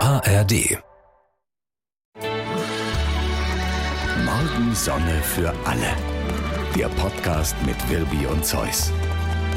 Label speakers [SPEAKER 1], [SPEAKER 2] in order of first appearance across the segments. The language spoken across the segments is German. [SPEAKER 1] ARD.
[SPEAKER 2] Morgensonne für alle. Der Podcast mit Wirbi und Zeus.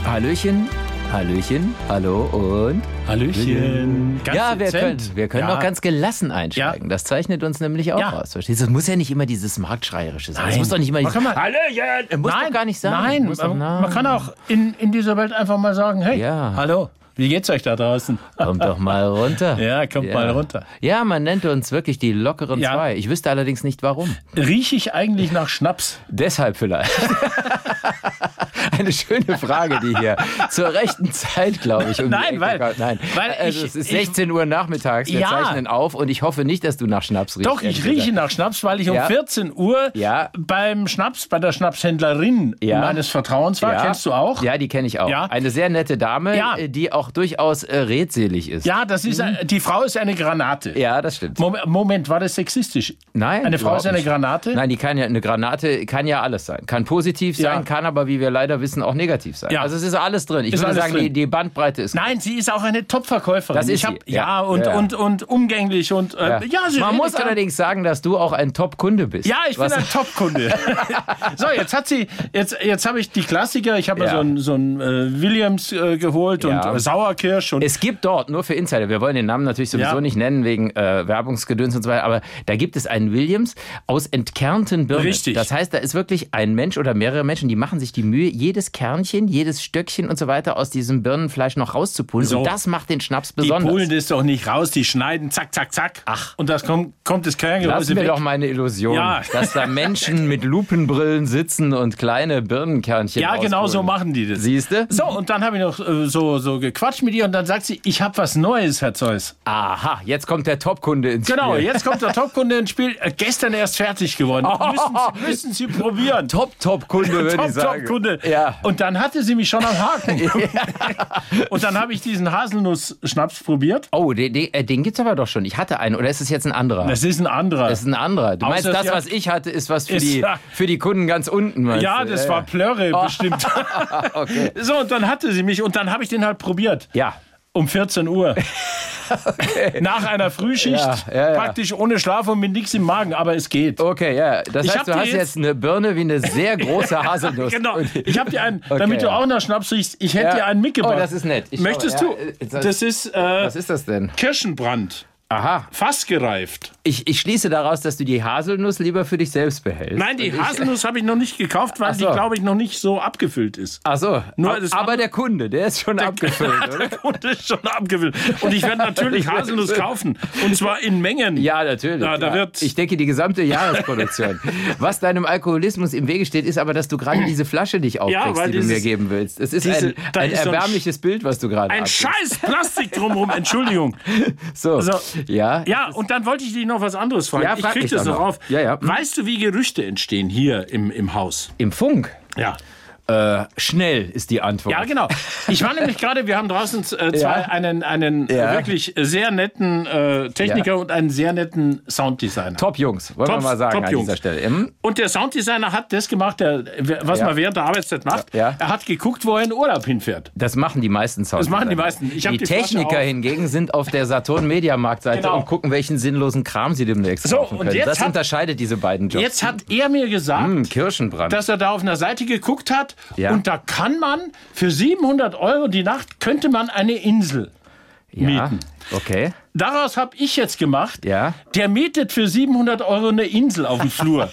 [SPEAKER 3] Hallöchen, Hallöchen, hallo und.
[SPEAKER 4] Hallöchen. Ganz
[SPEAKER 3] ja, wir
[SPEAKER 4] dezent.
[SPEAKER 3] können, wir können
[SPEAKER 4] Ja.
[SPEAKER 3] auch ganz gelassen einsteigen. Das zeichnet uns nämlich auch
[SPEAKER 4] Ja.
[SPEAKER 3] aus. Verstehst du? Es muss ja nicht immer dieses Marktschreierische sein. Es
[SPEAKER 4] Nein.
[SPEAKER 3] muss doch nicht immer
[SPEAKER 4] Man
[SPEAKER 3] dieses.
[SPEAKER 4] kann mal-
[SPEAKER 3] Hallöchen! Muss doch gar nicht sein.
[SPEAKER 4] Nein,
[SPEAKER 3] muss doch,
[SPEAKER 4] man, man kann auch in, in dieser Welt einfach mal sagen, hey,
[SPEAKER 3] Ja.
[SPEAKER 4] hallo, wie geht's euch da draußen?
[SPEAKER 3] Kommt doch mal runter.
[SPEAKER 4] Ja, kommt mal runter.
[SPEAKER 3] Ja, man nennt uns wirklich die lockeren
[SPEAKER 4] Ja.
[SPEAKER 3] zwei. Ich wüsste allerdings nicht warum.
[SPEAKER 4] Rieche ich eigentlich nach Schnaps?
[SPEAKER 3] Deshalb vielleicht. Eine schöne Frage, die hier zur rechten Zeit, glaube ich. um die
[SPEAKER 4] Nein,
[SPEAKER 3] Ecke
[SPEAKER 4] weil-
[SPEAKER 3] kommt. Nein.
[SPEAKER 4] weil
[SPEAKER 3] also
[SPEAKER 4] ich-
[SPEAKER 3] es ist
[SPEAKER 4] ich-
[SPEAKER 3] 16 Uhr nachmittags. Wir
[SPEAKER 4] Ja.
[SPEAKER 3] zeichnen auf und ich hoffe nicht, dass du nach Schnaps riechst.
[SPEAKER 4] Doch, ich
[SPEAKER 3] ehrlich gesagt.
[SPEAKER 4] rieche nach Schnaps, weil ich um
[SPEAKER 3] Ja.
[SPEAKER 4] 14 Uhr
[SPEAKER 3] Ja.
[SPEAKER 4] beim Schnaps, bei der Schnapshändlerin
[SPEAKER 3] Ja.
[SPEAKER 4] meines Vertrauens war. Kennst du auch?
[SPEAKER 3] Ja, die kenne ich auch.
[SPEAKER 4] Ja.
[SPEAKER 3] Eine sehr nette Dame,
[SPEAKER 4] Ja.
[SPEAKER 3] äh, die auch durchaus äh, redselig ist.
[SPEAKER 4] Ja, das ist, ein- die Frau ist eine Granate.
[SPEAKER 3] Mhm. Ja, das stimmt.
[SPEAKER 4] Moment, Moment, war das sexistisch?
[SPEAKER 3] Nein,
[SPEAKER 4] Eine Frau
[SPEAKER 3] überhaupt
[SPEAKER 4] ist eine
[SPEAKER 3] nicht.
[SPEAKER 4] Granate?
[SPEAKER 3] Nein, die kann ja eine Granate kann ja alles sein. Kann positiv
[SPEAKER 4] Ja.
[SPEAKER 3] sein, kann aber, wie wir leider wissen, auch negativ sein.
[SPEAKER 4] Ja.
[SPEAKER 3] Also es ist alles drin. Ich
[SPEAKER 4] Ist
[SPEAKER 3] würde
[SPEAKER 4] alles
[SPEAKER 3] sagen, die,
[SPEAKER 4] drin.
[SPEAKER 3] die Bandbreite ist.
[SPEAKER 4] Nein, sie ist auch eine Top-Verkäuferin.
[SPEAKER 3] Das ist
[SPEAKER 4] ich hab,
[SPEAKER 3] sie, ja.
[SPEAKER 4] Ja, und,
[SPEAKER 3] Ja, ja.
[SPEAKER 4] Und, und umgänglich und äh, ja. sie
[SPEAKER 3] Man
[SPEAKER 4] redet
[SPEAKER 3] muss
[SPEAKER 4] gern.
[SPEAKER 3] allerdings sagen, dass du auch ein Top-Kunde bist.
[SPEAKER 4] Ja, ich
[SPEAKER 3] Was-
[SPEAKER 4] bin ein Top-Kunde. so, jetzt hat sie, jetzt, jetzt habe ich die Klassiker. Ich habe
[SPEAKER 3] Ja.
[SPEAKER 4] so einen so einen, äh, Williams äh, geholt
[SPEAKER 3] Ja.
[SPEAKER 4] und äh, Sauerkirsch und
[SPEAKER 3] Es gibt dort, nur für Insider, wir wollen den Namen natürlich sowieso
[SPEAKER 4] Ja.
[SPEAKER 3] nicht nennen, wegen äh, Werbungsgedöns und so weiter, aber da gibt es einen Williams aus entkernten Birnen.
[SPEAKER 4] Richtig.
[SPEAKER 3] Das heißt, da ist wirklich ein Mensch oder mehrere Menschen, die machen sich die Mühe, jedes Kernchen, jedes Stöckchen und so weiter aus diesem Birnenfleisch noch rauszupulen.
[SPEAKER 4] So.
[SPEAKER 3] Und das macht den Schnaps
[SPEAKER 4] die
[SPEAKER 3] besonders.
[SPEAKER 4] holen das doch nicht raus. Die schneiden zack, zack, zack. Ach. Und das kommt, kommt das Kerngeräuse
[SPEAKER 3] Lassen wir
[SPEAKER 4] weg.
[SPEAKER 3] doch meine Illusion,
[SPEAKER 4] Ja.
[SPEAKER 3] dass da Menschen mit Lupenbrillen sitzen und kleine Birnenkernchen
[SPEAKER 4] ja, genau so
[SPEAKER 3] rausholen.
[SPEAKER 4] machen die das.
[SPEAKER 3] Siehst du?
[SPEAKER 4] So, und dann habe ich noch äh, so, so gequatscht mit ihr und dann sagt sie, ich habe was Neues, Herr Zeus.
[SPEAKER 3] Aha, jetzt kommt der Topkunde ins
[SPEAKER 4] Genau,
[SPEAKER 3] Spiel.
[SPEAKER 4] jetzt kommt der Top-Kunde ins Spiel. Äh, gestern erst fertig geworden. Müssen, Sie- müssen Sie probieren.
[SPEAKER 3] Top-Top-Kunde, würde ich sagen.
[SPEAKER 4] Top-Top-Kunde.
[SPEAKER 3] Ja.
[SPEAKER 4] Und dann hatte sie mich schon am Haken. Und dann habe ich diesen Haselnuss-Schnaps probiert.
[SPEAKER 3] Oh, den, den, äh, den gibt's aber doch schon. Ich hatte einen, oder ist es jetzt ein anderer?
[SPEAKER 4] Das ist ein anderer.
[SPEAKER 3] Das ist ein anderer. Du meinst,
[SPEAKER 4] Außer
[SPEAKER 3] das,
[SPEAKER 4] sie
[SPEAKER 3] was
[SPEAKER 4] hat-
[SPEAKER 3] ich hatte, ist was für,
[SPEAKER 4] Ist-
[SPEAKER 3] die, für die Kunden ganz unten, meinst
[SPEAKER 4] ja,
[SPEAKER 3] du?
[SPEAKER 4] das war Plörre bestimmt.
[SPEAKER 3] Okay.
[SPEAKER 4] So, und dann hatte sie mich und dann habe ich den halt probiert.
[SPEAKER 3] Ja.
[SPEAKER 4] Um 14 Uhr. Nach einer Frühschicht.
[SPEAKER 3] Ja, ja, Oh, ja.
[SPEAKER 4] Praktisch ohne Schlaf und mit nichts im Magen, aber es geht.
[SPEAKER 3] Okay, ja. Das
[SPEAKER 4] Ich
[SPEAKER 3] heißt,
[SPEAKER 4] hab
[SPEAKER 3] du
[SPEAKER 4] dir
[SPEAKER 3] hast
[SPEAKER 4] jetzt-
[SPEAKER 3] jetzt eine Birne wie eine sehr große Haselnuss.
[SPEAKER 4] Genau.
[SPEAKER 3] Und-
[SPEAKER 4] Ich habe dir einen,
[SPEAKER 3] Okay,
[SPEAKER 4] damit du
[SPEAKER 3] ja.
[SPEAKER 4] auch nach Schnaps riechst, ich hätte
[SPEAKER 3] Ja.
[SPEAKER 4] dir einen mitgebracht.
[SPEAKER 3] Oh, das ist nett. Ich
[SPEAKER 4] Möchtest
[SPEAKER 3] schaue,
[SPEAKER 4] du?
[SPEAKER 3] ja, äh, das-
[SPEAKER 4] das, ist, äh,
[SPEAKER 3] Was ist das denn?
[SPEAKER 4] Kirschenbrand.
[SPEAKER 3] Aha.
[SPEAKER 4] Fast gereift.
[SPEAKER 3] Ich, ich schließe daraus, dass du die Haselnuss lieber für dich selbst behältst.
[SPEAKER 4] Nein, die
[SPEAKER 3] Und ich-
[SPEAKER 4] Haselnuss habe ich noch nicht gekauft, weil
[SPEAKER 3] Ach so.
[SPEAKER 4] die, glaube ich, noch nicht so abgefüllt ist.
[SPEAKER 3] Ach so.
[SPEAKER 4] Nur
[SPEAKER 3] Ab-
[SPEAKER 4] das-
[SPEAKER 3] aber der Kunde, der ist schon abgefüllt, oder?
[SPEAKER 4] Und ist schon abgefüllt. Und ich werde natürlich Haselnuss kaufen. Und zwar in Mengen.
[SPEAKER 3] Ja, natürlich.
[SPEAKER 4] Ja, da
[SPEAKER 3] ja.
[SPEAKER 4] wird-
[SPEAKER 3] ich denke, die gesamte Jahresproduktion. Was deinem Alkoholismus im Wege steht, ist aber, dass du gerade diese Flasche nicht aufkriegst,
[SPEAKER 4] weil
[SPEAKER 3] die du
[SPEAKER 4] dieses-
[SPEAKER 3] mir geben willst. Es ist
[SPEAKER 4] diese-
[SPEAKER 3] ein,
[SPEAKER 4] da
[SPEAKER 3] ein
[SPEAKER 4] ist so ein
[SPEAKER 3] erbärmliches Bild, was du gerade
[SPEAKER 4] Ein
[SPEAKER 3] abgibst.
[SPEAKER 4] scheiß Plastik drumherum, Entschuldigung.
[SPEAKER 3] So.
[SPEAKER 4] So.
[SPEAKER 3] Ja.
[SPEAKER 4] Also, Ja, und dann wollte ich dich noch was anderes fragen.
[SPEAKER 3] Ja,
[SPEAKER 4] ich
[SPEAKER 3] frag
[SPEAKER 4] krieg
[SPEAKER 3] mich
[SPEAKER 4] das
[SPEAKER 3] doch
[SPEAKER 4] noch
[SPEAKER 3] noch.
[SPEAKER 4] auf.
[SPEAKER 3] Ja, Hm? ja.
[SPEAKER 4] Weißt du, wie Gerüchte entstehen hier im, im Haus?
[SPEAKER 3] Im Funk.
[SPEAKER 4] Ja.
[SPEAKER 3] Äh, schnell ist die Antwort.
[SPEAKER 4] Ja, genau. Ich war nämlich gerade, wir haben draußen äh, zwei,
[SPEAKER 3] Ja.
[SPEAKER 4] einen, einen
[SPEAKER 3] Ja.
[SPEAKER 4] wirklich sehr netten äh, Techniker
[SPEAKER 3] Ja.
[SPEAKER 4] und einen sehr netten Sounddesigner.
[SPEAKER 3] Top Jungs, wollen wir
[SPEAKER 4] Top-
[SPEAKER 3] mal sagen
[SPEAKER 4] Top
[SPEAKER 3] an
[SPEAKER 4] Jungs.
[SPEAKER 3] dieser Stelle. Hm?
[SPEAKER 4] Und der Sounddesigner hat das gemacht, der, was
[SPEAKER 3] Ja.
[SPEAKER 4] man während der Arbeitszeit macht.
[SPEAKER 3] Ja.
[SPEAKER 4] Er hat geguckt, wo er in Urlaub hinfährt.
[SPEAKER 3] Das machen die meisten Sounds.
[SPEAKER 4] Das machen die meisten. Ich hab
[SPEAKER 3] die
[SPEAKER 4] die Flasche
[SPEAKER 3] Techniker
[SPEAKER 4] auf.
[SPEAKER 3] hingegen sind auf der Saturn Media Markt Seite
[SPEAKER 4] Genau.
[SPEAKER 3] und gucken, welchen sinnlosen Kram sie demnächst
[SPEAKER 4] So,
[SPEAKER 3] kaufen
[SPEAKER 4] und
[SPEAKER 3] können.
[SPEAKER 4] jetzt
[SPEAKER 3] das
[SPEAKER 4] hat-
[SPEAKER 3] unterscheidet diese beiden Jobs.
[SPEAKER 4] Jetzt hat er mir gesagt,
[SPEAKER 3] Hm, Kirschenbrand.
[SPEAKER 4] dass er da auf einer Seite geguckt hat
[SPEAKER 3] Ja.
[SPEAKER 4] und da kann man für 700 Euro die Nacht könnte man eine Insel.
[SPEAKER 3] ja.
[SPEAKER 4] mieten.
[SPEAKER 3] Okay.
[SPEAKER 4] Daraus habe ich jetzt gemacht.
[SPEAKER 3] Ja.
[SPEAKER 4] Der mietet für 700 Euro eine Insel auf dem Flur.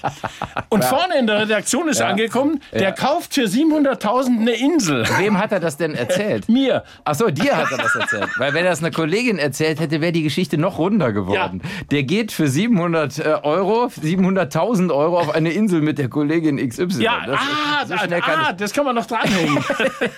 [SPEAKER 4] Und vorne in der Redaktion ist angekommen, der kauft für 700.000 eine Insel.
[SPEAKER 3] Wem hat er das denn erzählt?
[SPEAKER 4] Mir.
[SPEAKER 3] Ach so, dir hat er das erzählt. Weil wenn er das einer Kollegin erzählt hätte, wäre die Geschichte noch runder geworden. Der geht für 700 äh, Euro, 700.000 Euro auf eine Insel mit der Kollegin XY.
[SPEAKER 4] Ja,
[SPEAKER 3] Das-
[SPEAKER 4] ah,
[SPEAKER 3] so
[SPEAKER 4] ah,
[SPEAKER 3] schnell kann
[SPEAKER 4] das kann man noch dranhängen.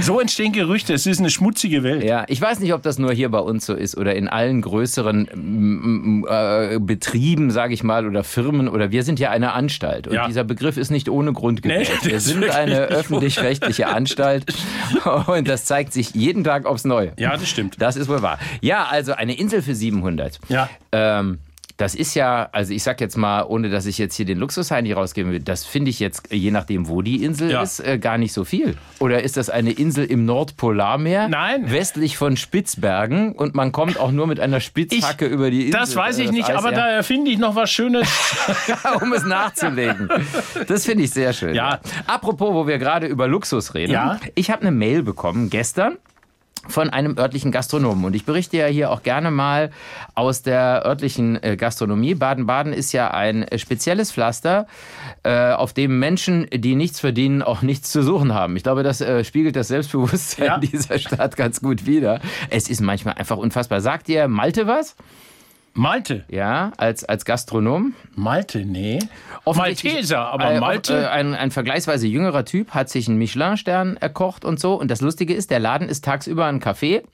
[SPEAKER 4] So entstehen Gerüchte. Es ist eine schmutzige Welt.
[SPEAKER 3] Ja, ich weiß nicht, ob das nur hier bei uns so ist oder in allen größeren m, m, äh, Betrieben, sage ich mal, oder Firmen oder wir sind ja eine Anstalt und
[SPEAKER 4] Ja.
[SPEAKER 3] dieser Begriff ist nicht ohne Grund gewählt.
[SPEAKER 4] das
[SPEAKER 3] wir
[SPEAKER 4] ist
[SPEAKER 3] sind
[SPEAKER 4] wirklich
[SPEAKER 3] eine
[SPEAKER 4] nicht ohne.
[SPEAKER 3] öffentlich-rechtliche Anstalt und das zeigt sich jeden Tag aufs Neue.
[SPEAKER 4] Ja, das stimmt.
[SPEAKER 3] Das ist wohl wahr. Ja, also eine Insel für 700.
[SPEAKER 4] Ja.
[SPEAKER 3] Ähm, Das ist ja, also ich sag jetzt mal, ohne dass ich jetzt hier den Luxusheini rausgeben will, das finde ich jetzt, je nachdem, wo die Insel
[SPEAKER 4] Ja.
[SPEAKER 3] ist, äh, gar nicht so viel. Oder ist das eine Insel im Nordpolarmeer?
[SPEAKER 4] Nein.
[SPEAKER 3] Westlich von Spitzbergen und man kommt auch nur mit einer Spitzhacke über die Insel.
[SPEAKER 4] Das weiß
[SPEAKER 3] äh,
[SPEAKER 4] ich nicht,
[SPEAKER 3] Eis
[SPEAKER 4] aber da erfinde ich noch was Schönes.
[SPEAKER 3] um es nachzulegen. Das finde ich sehr schön.
[SPEAKER 4] Ja.
[SPEAKER 3] Apropos, wo wir gerade über Luxus reden.
[SPEAKER 4] Ja.
[SPEAKER 3] Ich habe eine Mail bekommen gestern von einem örtlichen Gastronomen. Und ich berichte ja hier auch gerne mal aus der örtlichen äh, Gastronomie. Baden-Baden ist ja ein äh, spezielles Pflaster, äh, auf dem Menschen, die nichts verdienen, auch nichts zu suchen haben. Ich glaube, das äh, spiegelt das Selbstbewusstsein
[SPEAKER 4] Ja.
[SPEAKER 3] dieser Stadt ganz gut wider. Es ist manchmal einfach unfassbar. Sagt ihr Malte was?
[SPEAKER 4] Malte.
[SPEAKER 3] Ja, als, als Gastronom?
[SPEAKER 4] Malte, nee.
[SPEAKER 3] Offensichtlich-
[SPEAKER 4] Malteser, aber
[SPEAKER 3] äh,
[SPEAKER 4] Malte.
[SPEAKER 3] Äh, ein, ein vergleichsweise jüngerer Typ hat sich einen Michelin-Stern erkocht und so. Und das Lustige ist, der Laden ist tagsüber ein Café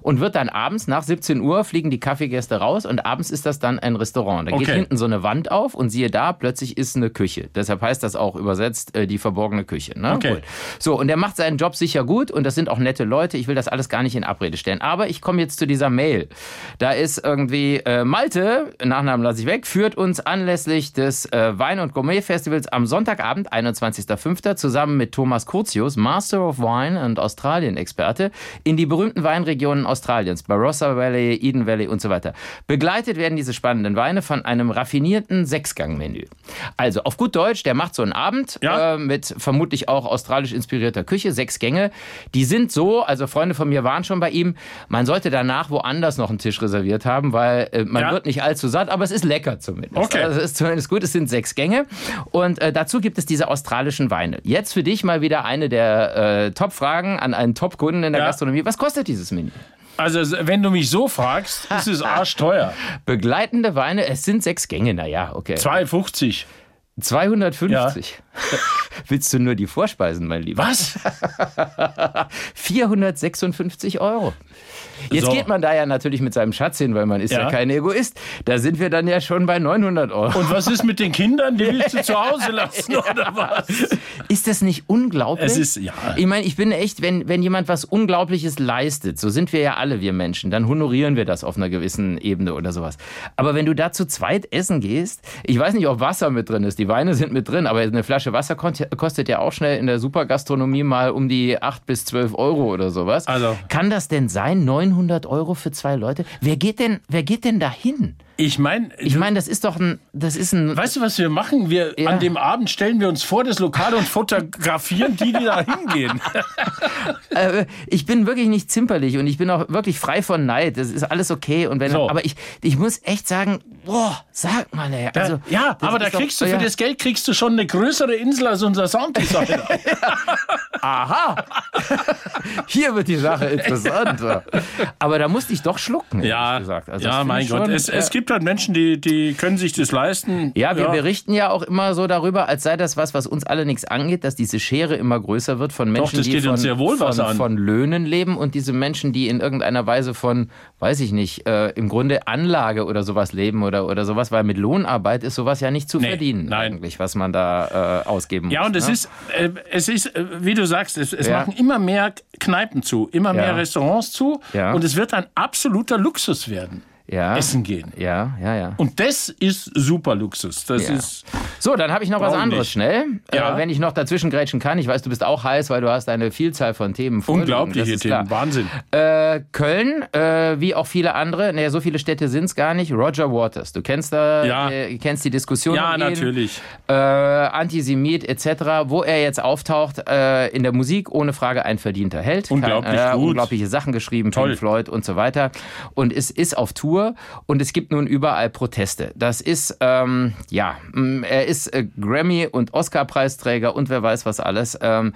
[SPEAKER 3] und wird dann abends nach 17 Uhr fliegen die Kaffeegäste raus und abends ist das dann ein Restaurant. Da geht
[SPEAKER 4] Okay.
[SPEAKER 3] hinten so eine Wand auf und siehe da, plötzlich ist eine Küche. Deshalb heißt das auch übersetzt äh, die verborgene Küche. Ne?
[SPEAKER 4] Okay.
[SPEAKER 3] Gut. So, und er macht seinen Job sicher gut und das sind auch nette Leute. Ich will das alles gar nicht in Abrede stellen. Aber ich komme jetzt zu dieser Mail. Da ist irgendwie äh, Malte, Nachnamen lasse ich weg, führt uns anlässlich des äh, Wein- und Gourmet-Festivals am Sonntagabend, 21.05., zusammen mit Thomas Kurzius, Master of Wine und Australien-Experte, in die berühmten Weinregionen Australiens, Barossa Valley, Eden Valley und so weiter. Begleitet werden diese spannenden Weine von einem raffinierten Sechsgang-Menü. Also, auf gut Deutsch, der macht so einen Abend
[SPEAKER 4] Ja.
[SPEAKER 3] äh, mit vermutlich auch australisch inspirierter Küche, sechs Gänge. Die sind so, also Freunde von mir waren schon bei ihm, man sollte danach woanders noch einen Tisch reserviert haben, weil äh, man
[SPEAKER 4] Ja.
[SPEAKER 3] wird nicht allzu satt, aber es ist lecker zumindest.
[SPEAKER 4] Okay.
[SPEAKER 3] Also es ist zumindest gut, es sind sechs Gänge. Und äh, dazu gibt es diese australischen Weine. Jetzt für dich mal wieder eine der äh, Top-Fragen an einen Top-Kunden in der
[SPEAKER 4] Ja.
[SPEAKER 3] Gastronomie. Was kostet dieses Menü?
[SPEAKER 4] Also, wenn du mich so fragst, ist es arschteuer.
[SPEAKER 3] Begleitende Weine, es sind sechs Gänge, naja, okay.
[SPEAKER 4] 2,50.
[SPEAKER 3] 250. Willst du nur die Vorspeisen, mein Lieber?
[SPEAKER 4] Was?
[SPEAKER 3] 456 Euro. Jetzt
[SPEAKER 4] So.
[SPEAKER 3] geht man da ja natürlich mit seinem Schatz hin, weil man ist ja,
[SPEAKER 4] Ja.
[SPEAKER 3] kein Egoist. Da sind wir dann ja schon bei 900 Euro.
[SPEAKER 4] Und was ist mit den Kindern? Die willst du zu Hause lassen, oder was?
[SPEAKER 3] Ist das nicht unglaublich?
[SPEAKER 4] Es ist- ja.
[SPEAKER 3] Ich meine, ich bin echt, wenn, wenn jemand was Unglaubliches leistet, so sind wir ja alle, wir Menschen, dann honorieren wir das auf einer gewissen Ebene oder sowas. Aber wenn du da zu zweit essen gehst, ich weiß nicht, ob Wasser mit drin ist, die Weine sind mit drin, aber eine Flasche Wasser kont- kostet ja auch schnell in der Supergastronomie mal um die 8 bis 12 Euro oder sowas.
[SPEAKER 4] Also-
[SPEAKER 3] Kann das denn sein, 900 Euro für zwei Leute? Wer geht denn, wer geht denn da hin?
[SPEAKER 4] Ich meine,
[SPEAKER 3] Ich meine, das ist doch ein, das ist ein,
[SPEAKER 4] weißt du, was wir machen? Wir,
[SPEAKER 3] Ja.
[SPEAKER 4] An dem Abend stellen wir uns vor das Lokal und fotografieren die, die da hingehen.
[SPEAKER 3] Äh, ich bin wirklich nicht zimperlich und ich bin auch wirklich frei von Neid. Das ist alles okay. Und wenn,
[SPEAKER 4] So.
[SPEAKER 3] aber ich, ich muss echt sagen, boah, sag mal, ey. Also,
[SPEAKER 4] ja,
[SPEAKER 3] das
[SPEAKER 4] aber da
[SPEAKER 3] ist doch-
[SPEAKER 4] kriegst du
[SPEAKER 3] ja.
[SPEAKER 4] für das Geld kriegst du schon eine größere Insel als unser Sounddesigner.
[SPEAKER 3] Aha! Hier wird die Sache interessanter. aber da musste ich doch schlucken.
[SPEAKER 4] ja,
[SPEAKER 3] ehrlich gesagt. Also, das
[SPEAKER 4] ja
[SPEAKER 3] find
[SPEAKER 4] mein
[SPEAKER 3] ich
[SPEAKER 4] Gott.
[SPEAKER 3] schon,
[SPEAKER 4] es,
[SPEAKER 3] äh,
[SPEAKER 4] es gibt halt Menschen, die, die können sich das leisten.
[SPEAKER 3] Ja, wir berichten ja auch immer so darüber, als sei das was, was uns alle nichts angeht, dass diese Schere immer größer wird von Menschen,
[SPEAKER 4] das
[SPEAKER 3] die
[SPEAKER 4] geht
[SPEAKER 3] von,
[SPEAKER 4] uns sehr wohl
[SPEAKER 3] von,
[SPEAKER 4] was an.
[SPEAKER 3] von Löhnen leben und diese Menschen, die in irgendeiner Weise von, weiß ich nicht, äh, im Grunde Anlage oder sowas leben oder, oder sowas, weil mit Lohnarbeit ist sowas ja nicht zu
[SPEAKER 4] Nee,
[SPEAKER 3] verdienen
[SPEAKER 4] nein.
[SPEAKER 3] eigentlich, was man da äh, ausgeben
[SPEAKER 4] Ja,
[SPEAKER 3] muss.
[SPEAKER 4] und es
[SPEAKER 3] ne?
[SPEAKER 4] ist, äh, es ist, äh, wie du sagst, es, es
[SPEAKER 3] Ja.
[SPEAKER 4] machen immer mehr Kneipen zu, immer
[SPEAKER 3] Ja.
[SPEAKER 4] mehr Restaurants zu
[SPEAKER 3] Ja.
[SPEAKER 4] und es wird ein absoluter Luxus werden.
[SPEAKER 3] ja.
[SPEAKER 4] Essen gehen.
[SPEAKER 3] Ja, ja, ja.
[SPEAKER 4] Und das ist super Luxus. Das
[SPEAKER 3] Ja.
[SPEAKER 4] ist
[SPEAKER 3] So, dann habe ich noch was
[SPEAKER 4] Warum
[SPEAKER 3] anderes
[SPEAKER 4] nicht?
[SPEAKER 3] schnell.
[SPEAKER 4] Ja.
[SPEAKER 3] Äh, wenn ich noch dazwischen grätschen kann. Ich weiß, du bist auch heiß, weil du hast eine Vielzahl von Themen vorliegen. Das
[SPEAKER 4] unglaubliche
[SPEAKER 3] ist
[SPEAKER 4] Themen.
[SPEAKER 3] klar.
[SPEAKER 4] Wahnsinn.
[SPEAKER 3] Äh, Köln, äh, wie auch viele andere, naja, so viele Städte sind es gar nicht. Roger Waters, du kennst da,
[SPEAKER 4] Ja.
[SPEAKER 3] äh, kennst die Diskussion.
[SPEAKER 4] Ja,
[SPEAKER 3] um ihn,
[SPEAKER 4] natürlich.
[SPEAKER 3] Äh, Antisemit etc., wo er jetzt auftaucht, äh, in der Musik, ohne Frage ein verdienter Held.
[SPEAKER 4] Unglaublich
[SPEAKER 3] Kein, äh,
[SPEAKER 4] gut.
[SPEAKER 3] Unglaubliche Sachen geschrieben,
[SPEAKER 4] Toll.
[SPEAKER 3] Pink Floyd und so weiter. Und es ist auf Tour und es gibt nun überall Proteste. Das ist, ähm, ja, mh, er ist äh, Grammy- und Oscar-Preisträger und wer weiß was alles. Ähm,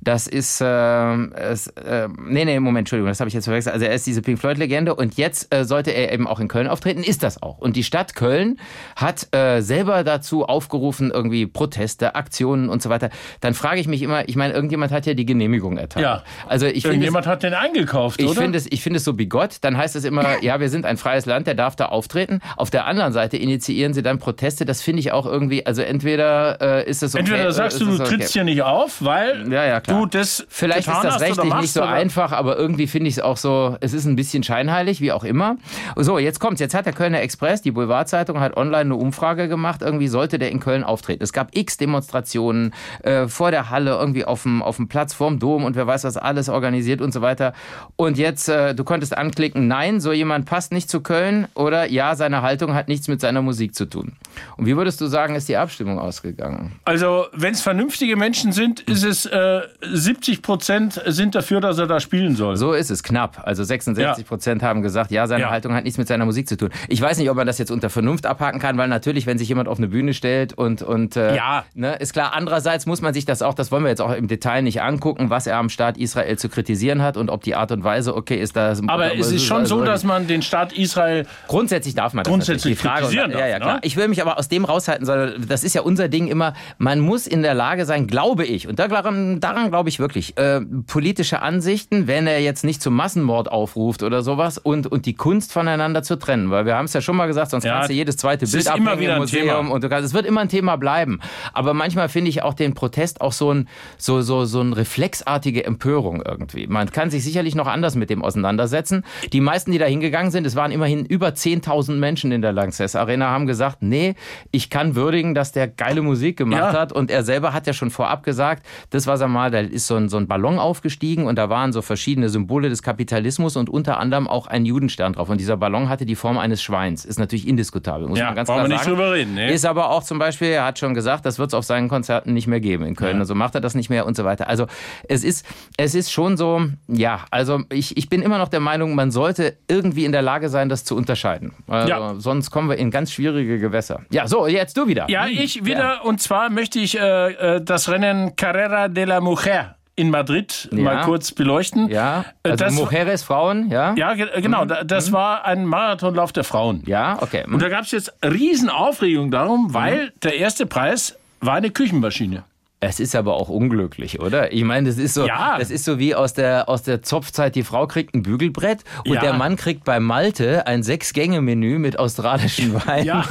[SPEAKER 3] das ist, ähm, es, äh, nee, nee, Moment, Entschuldigung, das habe ich jetzt verwechselt. Also er ist diese Pink Floyd-Legende und jetzt äh, sollte er eben auch in Köln auftreten, ist das auch. Und die Stadt Köln hat äh, selber dazu aufgerufen, irgendwie Proteste, Aktionen und so weiter. Dann frage ich mich immer, ich meine, irgendjemand hat ja die Genehmigung erteilt.
[SPEAKER 4] Ja.
[SPEAKER 3] Also ich finde es
[SPEAKER 4] Irgendjemand hat den eingekauft,
[SPEAKER 3] ich
[SPEAKER 4] oder?
[SPEAKER 3] finde es, ich finde es so bigott. Dann heißt es immer, ja, wir sind ein freies Land, der darf da auftreten. Auf der anderen Seite initiieren sie dann Proteste. Das finde ich auch irgendwie, also entweder äh, ist es okay.
[SPEAKER 4] Entweder
[SPEAKER 3] oder
[SPEAKER 4] sagst
[SPEAKER 3] ist
[SPEAKER 4] du, du
[SPEAKER 3] es okay.
[SPEAKER 4] trittst hier nicht auf, weil
[SPEAKER 3] Ja, ja, klar.
[SPEAKER 4] du das
[SPEAKER 3] Vielleicht
[SPEAKER 4] getan
[SPEAKER 3] ist das
[SPEAKER 4] hast oder
[SPEAKER 3] rechtlich nicht
[SPEAKER 4] machst
[SPEAKER 3] so
[SPEAKER 4] oder-
[SPEAKER 3] einfach, aber irgendwie finde ich es auch so, es ist ein bisschen scheinheilig, wie auch immer. So, jetzt kommt's. Jetzt hat der Kölner Express, die Boulevardzeitung, hat online eine Umfrage gemacht. Irgendwie sollte der in Köln auftreten. Es gab x Demonstrationen äh, vor der Halle, irgendwie auf dem, auf dem Platz, vorm Dom und wer weiß was alles organisiert und so weiter. Und jetzt, äh, du konntest anklicken, nein, so jemand passt nicht zu Köln oder ja, seine Haltung hat nichts mit seiner Musik zu tun. Und wie würdest du sagen, ist die Abstimmung ausgegangen?
[SPEAKER 4] Also, wenn es vernünftige Menschen sind, ist es äh, 70 Prozent sind dafür, dass er da spielen soll.
[SPEAKER 3] So ist es, knapp. Also 66
[SPEAKER 4] Ja.
[SPEAKER 3] Prozent haben gesagt, ja, seine
[SPEAKER 4] Ja.
[SPEAKER 3] Haltung hat nichts mit seiner Musik zu tun. Ich weiß nicht, ob man das jetzt unter Vernunft abhaken kann, weil natürlich, wenn sich jemand auf eine Bühne stellt und, und äh,
[SPEAKER 4] Ja.
[SPEAKER 3] ne, ist klar, andererseits muss man sich das auch, das wollen wir jetzt auch im Detail nicht angucken, was er am Staat Israel zu kritisieren hat und ob die Art und Weise okay ist. Da,
[SPEAKER 4] Aber es ist schon so,
[SPEAKER 3] also
[SPEAKER 4] dass man den Staat Israel
[SPEAKER 3] Grundsätzlich darf man das
[SPEAKER 4] Grundsätzlich
[SPEAKER 3] natürlich. Die Frage,
[SPEAKER 4] kritisieren
[SPEAKER 3] ja, ja,
[SPEAKER 4] darf,
[SPEAKER 3] klar.
[SPEAKER 4] ne?
[SPEAKER 3] Ich will mich aber aus dem raushalten, sondern das ist ja unser Ding immer. Man muss in der Lage sein, glaube ich, und daran, daran glaube ich wirklich, äh, politische Ansichten, wenn er jetzt nicht zum Massenmord aufruft oder sowas, und, und die Kunst voneinander zu trennen. Weil wir haben es ja schon mal gesagt, sonst
[SPEAKER 4] Ja,
[SPEAKER 3] kannst du jedes zweite
[SPEAKER 4] es
[SPEAKER 3] Bild
[SPEAKER 4] ist immer
[SPEAKER 3] abhängen
[SPEAKER 4] wieder
[SPEAKER 3] im
[SPEAKER 4] ein
[SPEAKER 3] Museum
[SPEAKER 4] Thema.
[SPEAKER 3] und du kannst, es wird immer ein Thema bleiben. Aber manchmal finde ich auch den Protest auch so ein, so, so, so ein reflexartige Empörung irgendwie. Man kann sich sicherlich noch anders mit dem auseinandersetzen. Die meisten, die da hingegangen sind, es waren immerhin über 10.000 Menschen in der Lanxess Arena, haben gesagt, nee, ich kann würdigen, dass der geile Musik gemacht
[SPEAKER 4] Ja.
[SPEAKER 3] hat und er selber hat ja schon vorab gesagt, das was er mal, da ist so ein, so ein Ballon aufgestiegen und da waren so verschiedene Symbole des Kapitalismus und unter anderem auch ein Judenstern drauf und dieser Ballon hatte die Form eines Schweins. Ist natürlich indiskutabel, muss
[SPEAKER 4] Ja,
[SPEAKER 3] man ganz
[SPEAKER 4] brauchen
[SPEAKER 3] klar
[SPEAKER 4] wir nicht
[SPEAKER 3] sagen.
[SPEAKER 4] drüber reden, ne?
[SPEAKER 3] Ist aber auch zum Beispiel, er hat schon gesagt, das wird es auf seinen Konzerten nicht mehr geben in Köln. Also macht er das nicht mehr und so weiter. Also es ist, es ist schon so, ja, also ich, ich bin immer noch der Meinung, man sollte irgendwie in der Lage sein, das zu unterscheiden. Also,
[SPEAKER 4] Ja.
[SPEAKER 3] Sonst kommen wir in ganz schwierige Gewässer. Ja, so, jetzt du wieder.
[SPEAKER 4] Ja,
[SPEAKER 3] Hm.
[SPEAKER 4] ich wieder. Und zwar möchte ich äh, äh, das Rennen Carrera de la Mujer in Madrid mal kurz beleuchten.
[SPEAKER 3] Ja,
[SPEAKER 4] Äh,
[SPEAKER 3] also Mhm.
[SPEAKER 4] das-
[SPEAKER 3] Mujeres, Frauen, ja?
[SPEAKER 4] Ja, ge- äh, genau. da- Das war ein Marathonlauf der Frauen.
[SPEAKER 3] Ja, okay. Hm.
[SPEAKER 4] Und da gab es jetzt Riesenaufregung darum, weil der erste Preis war eine Küchenmaschine.
[SPEAKER 3] Es ist aber auch unglücklich, oder? Ich meine, das ist so,
[SPEAKER 4] Ja.
[SPEAKER 3] das ist so wie aus der, aus der Zopfzeit, die Frau kriegt ein Bügelbrett und
[SPEAKER 4] Ja.
[SPEAKER 3] der Mann kriegt bei Malte ein Sechs-Gänge-Menü mit australischen Weinen.
[SPEAKER 4] Ja.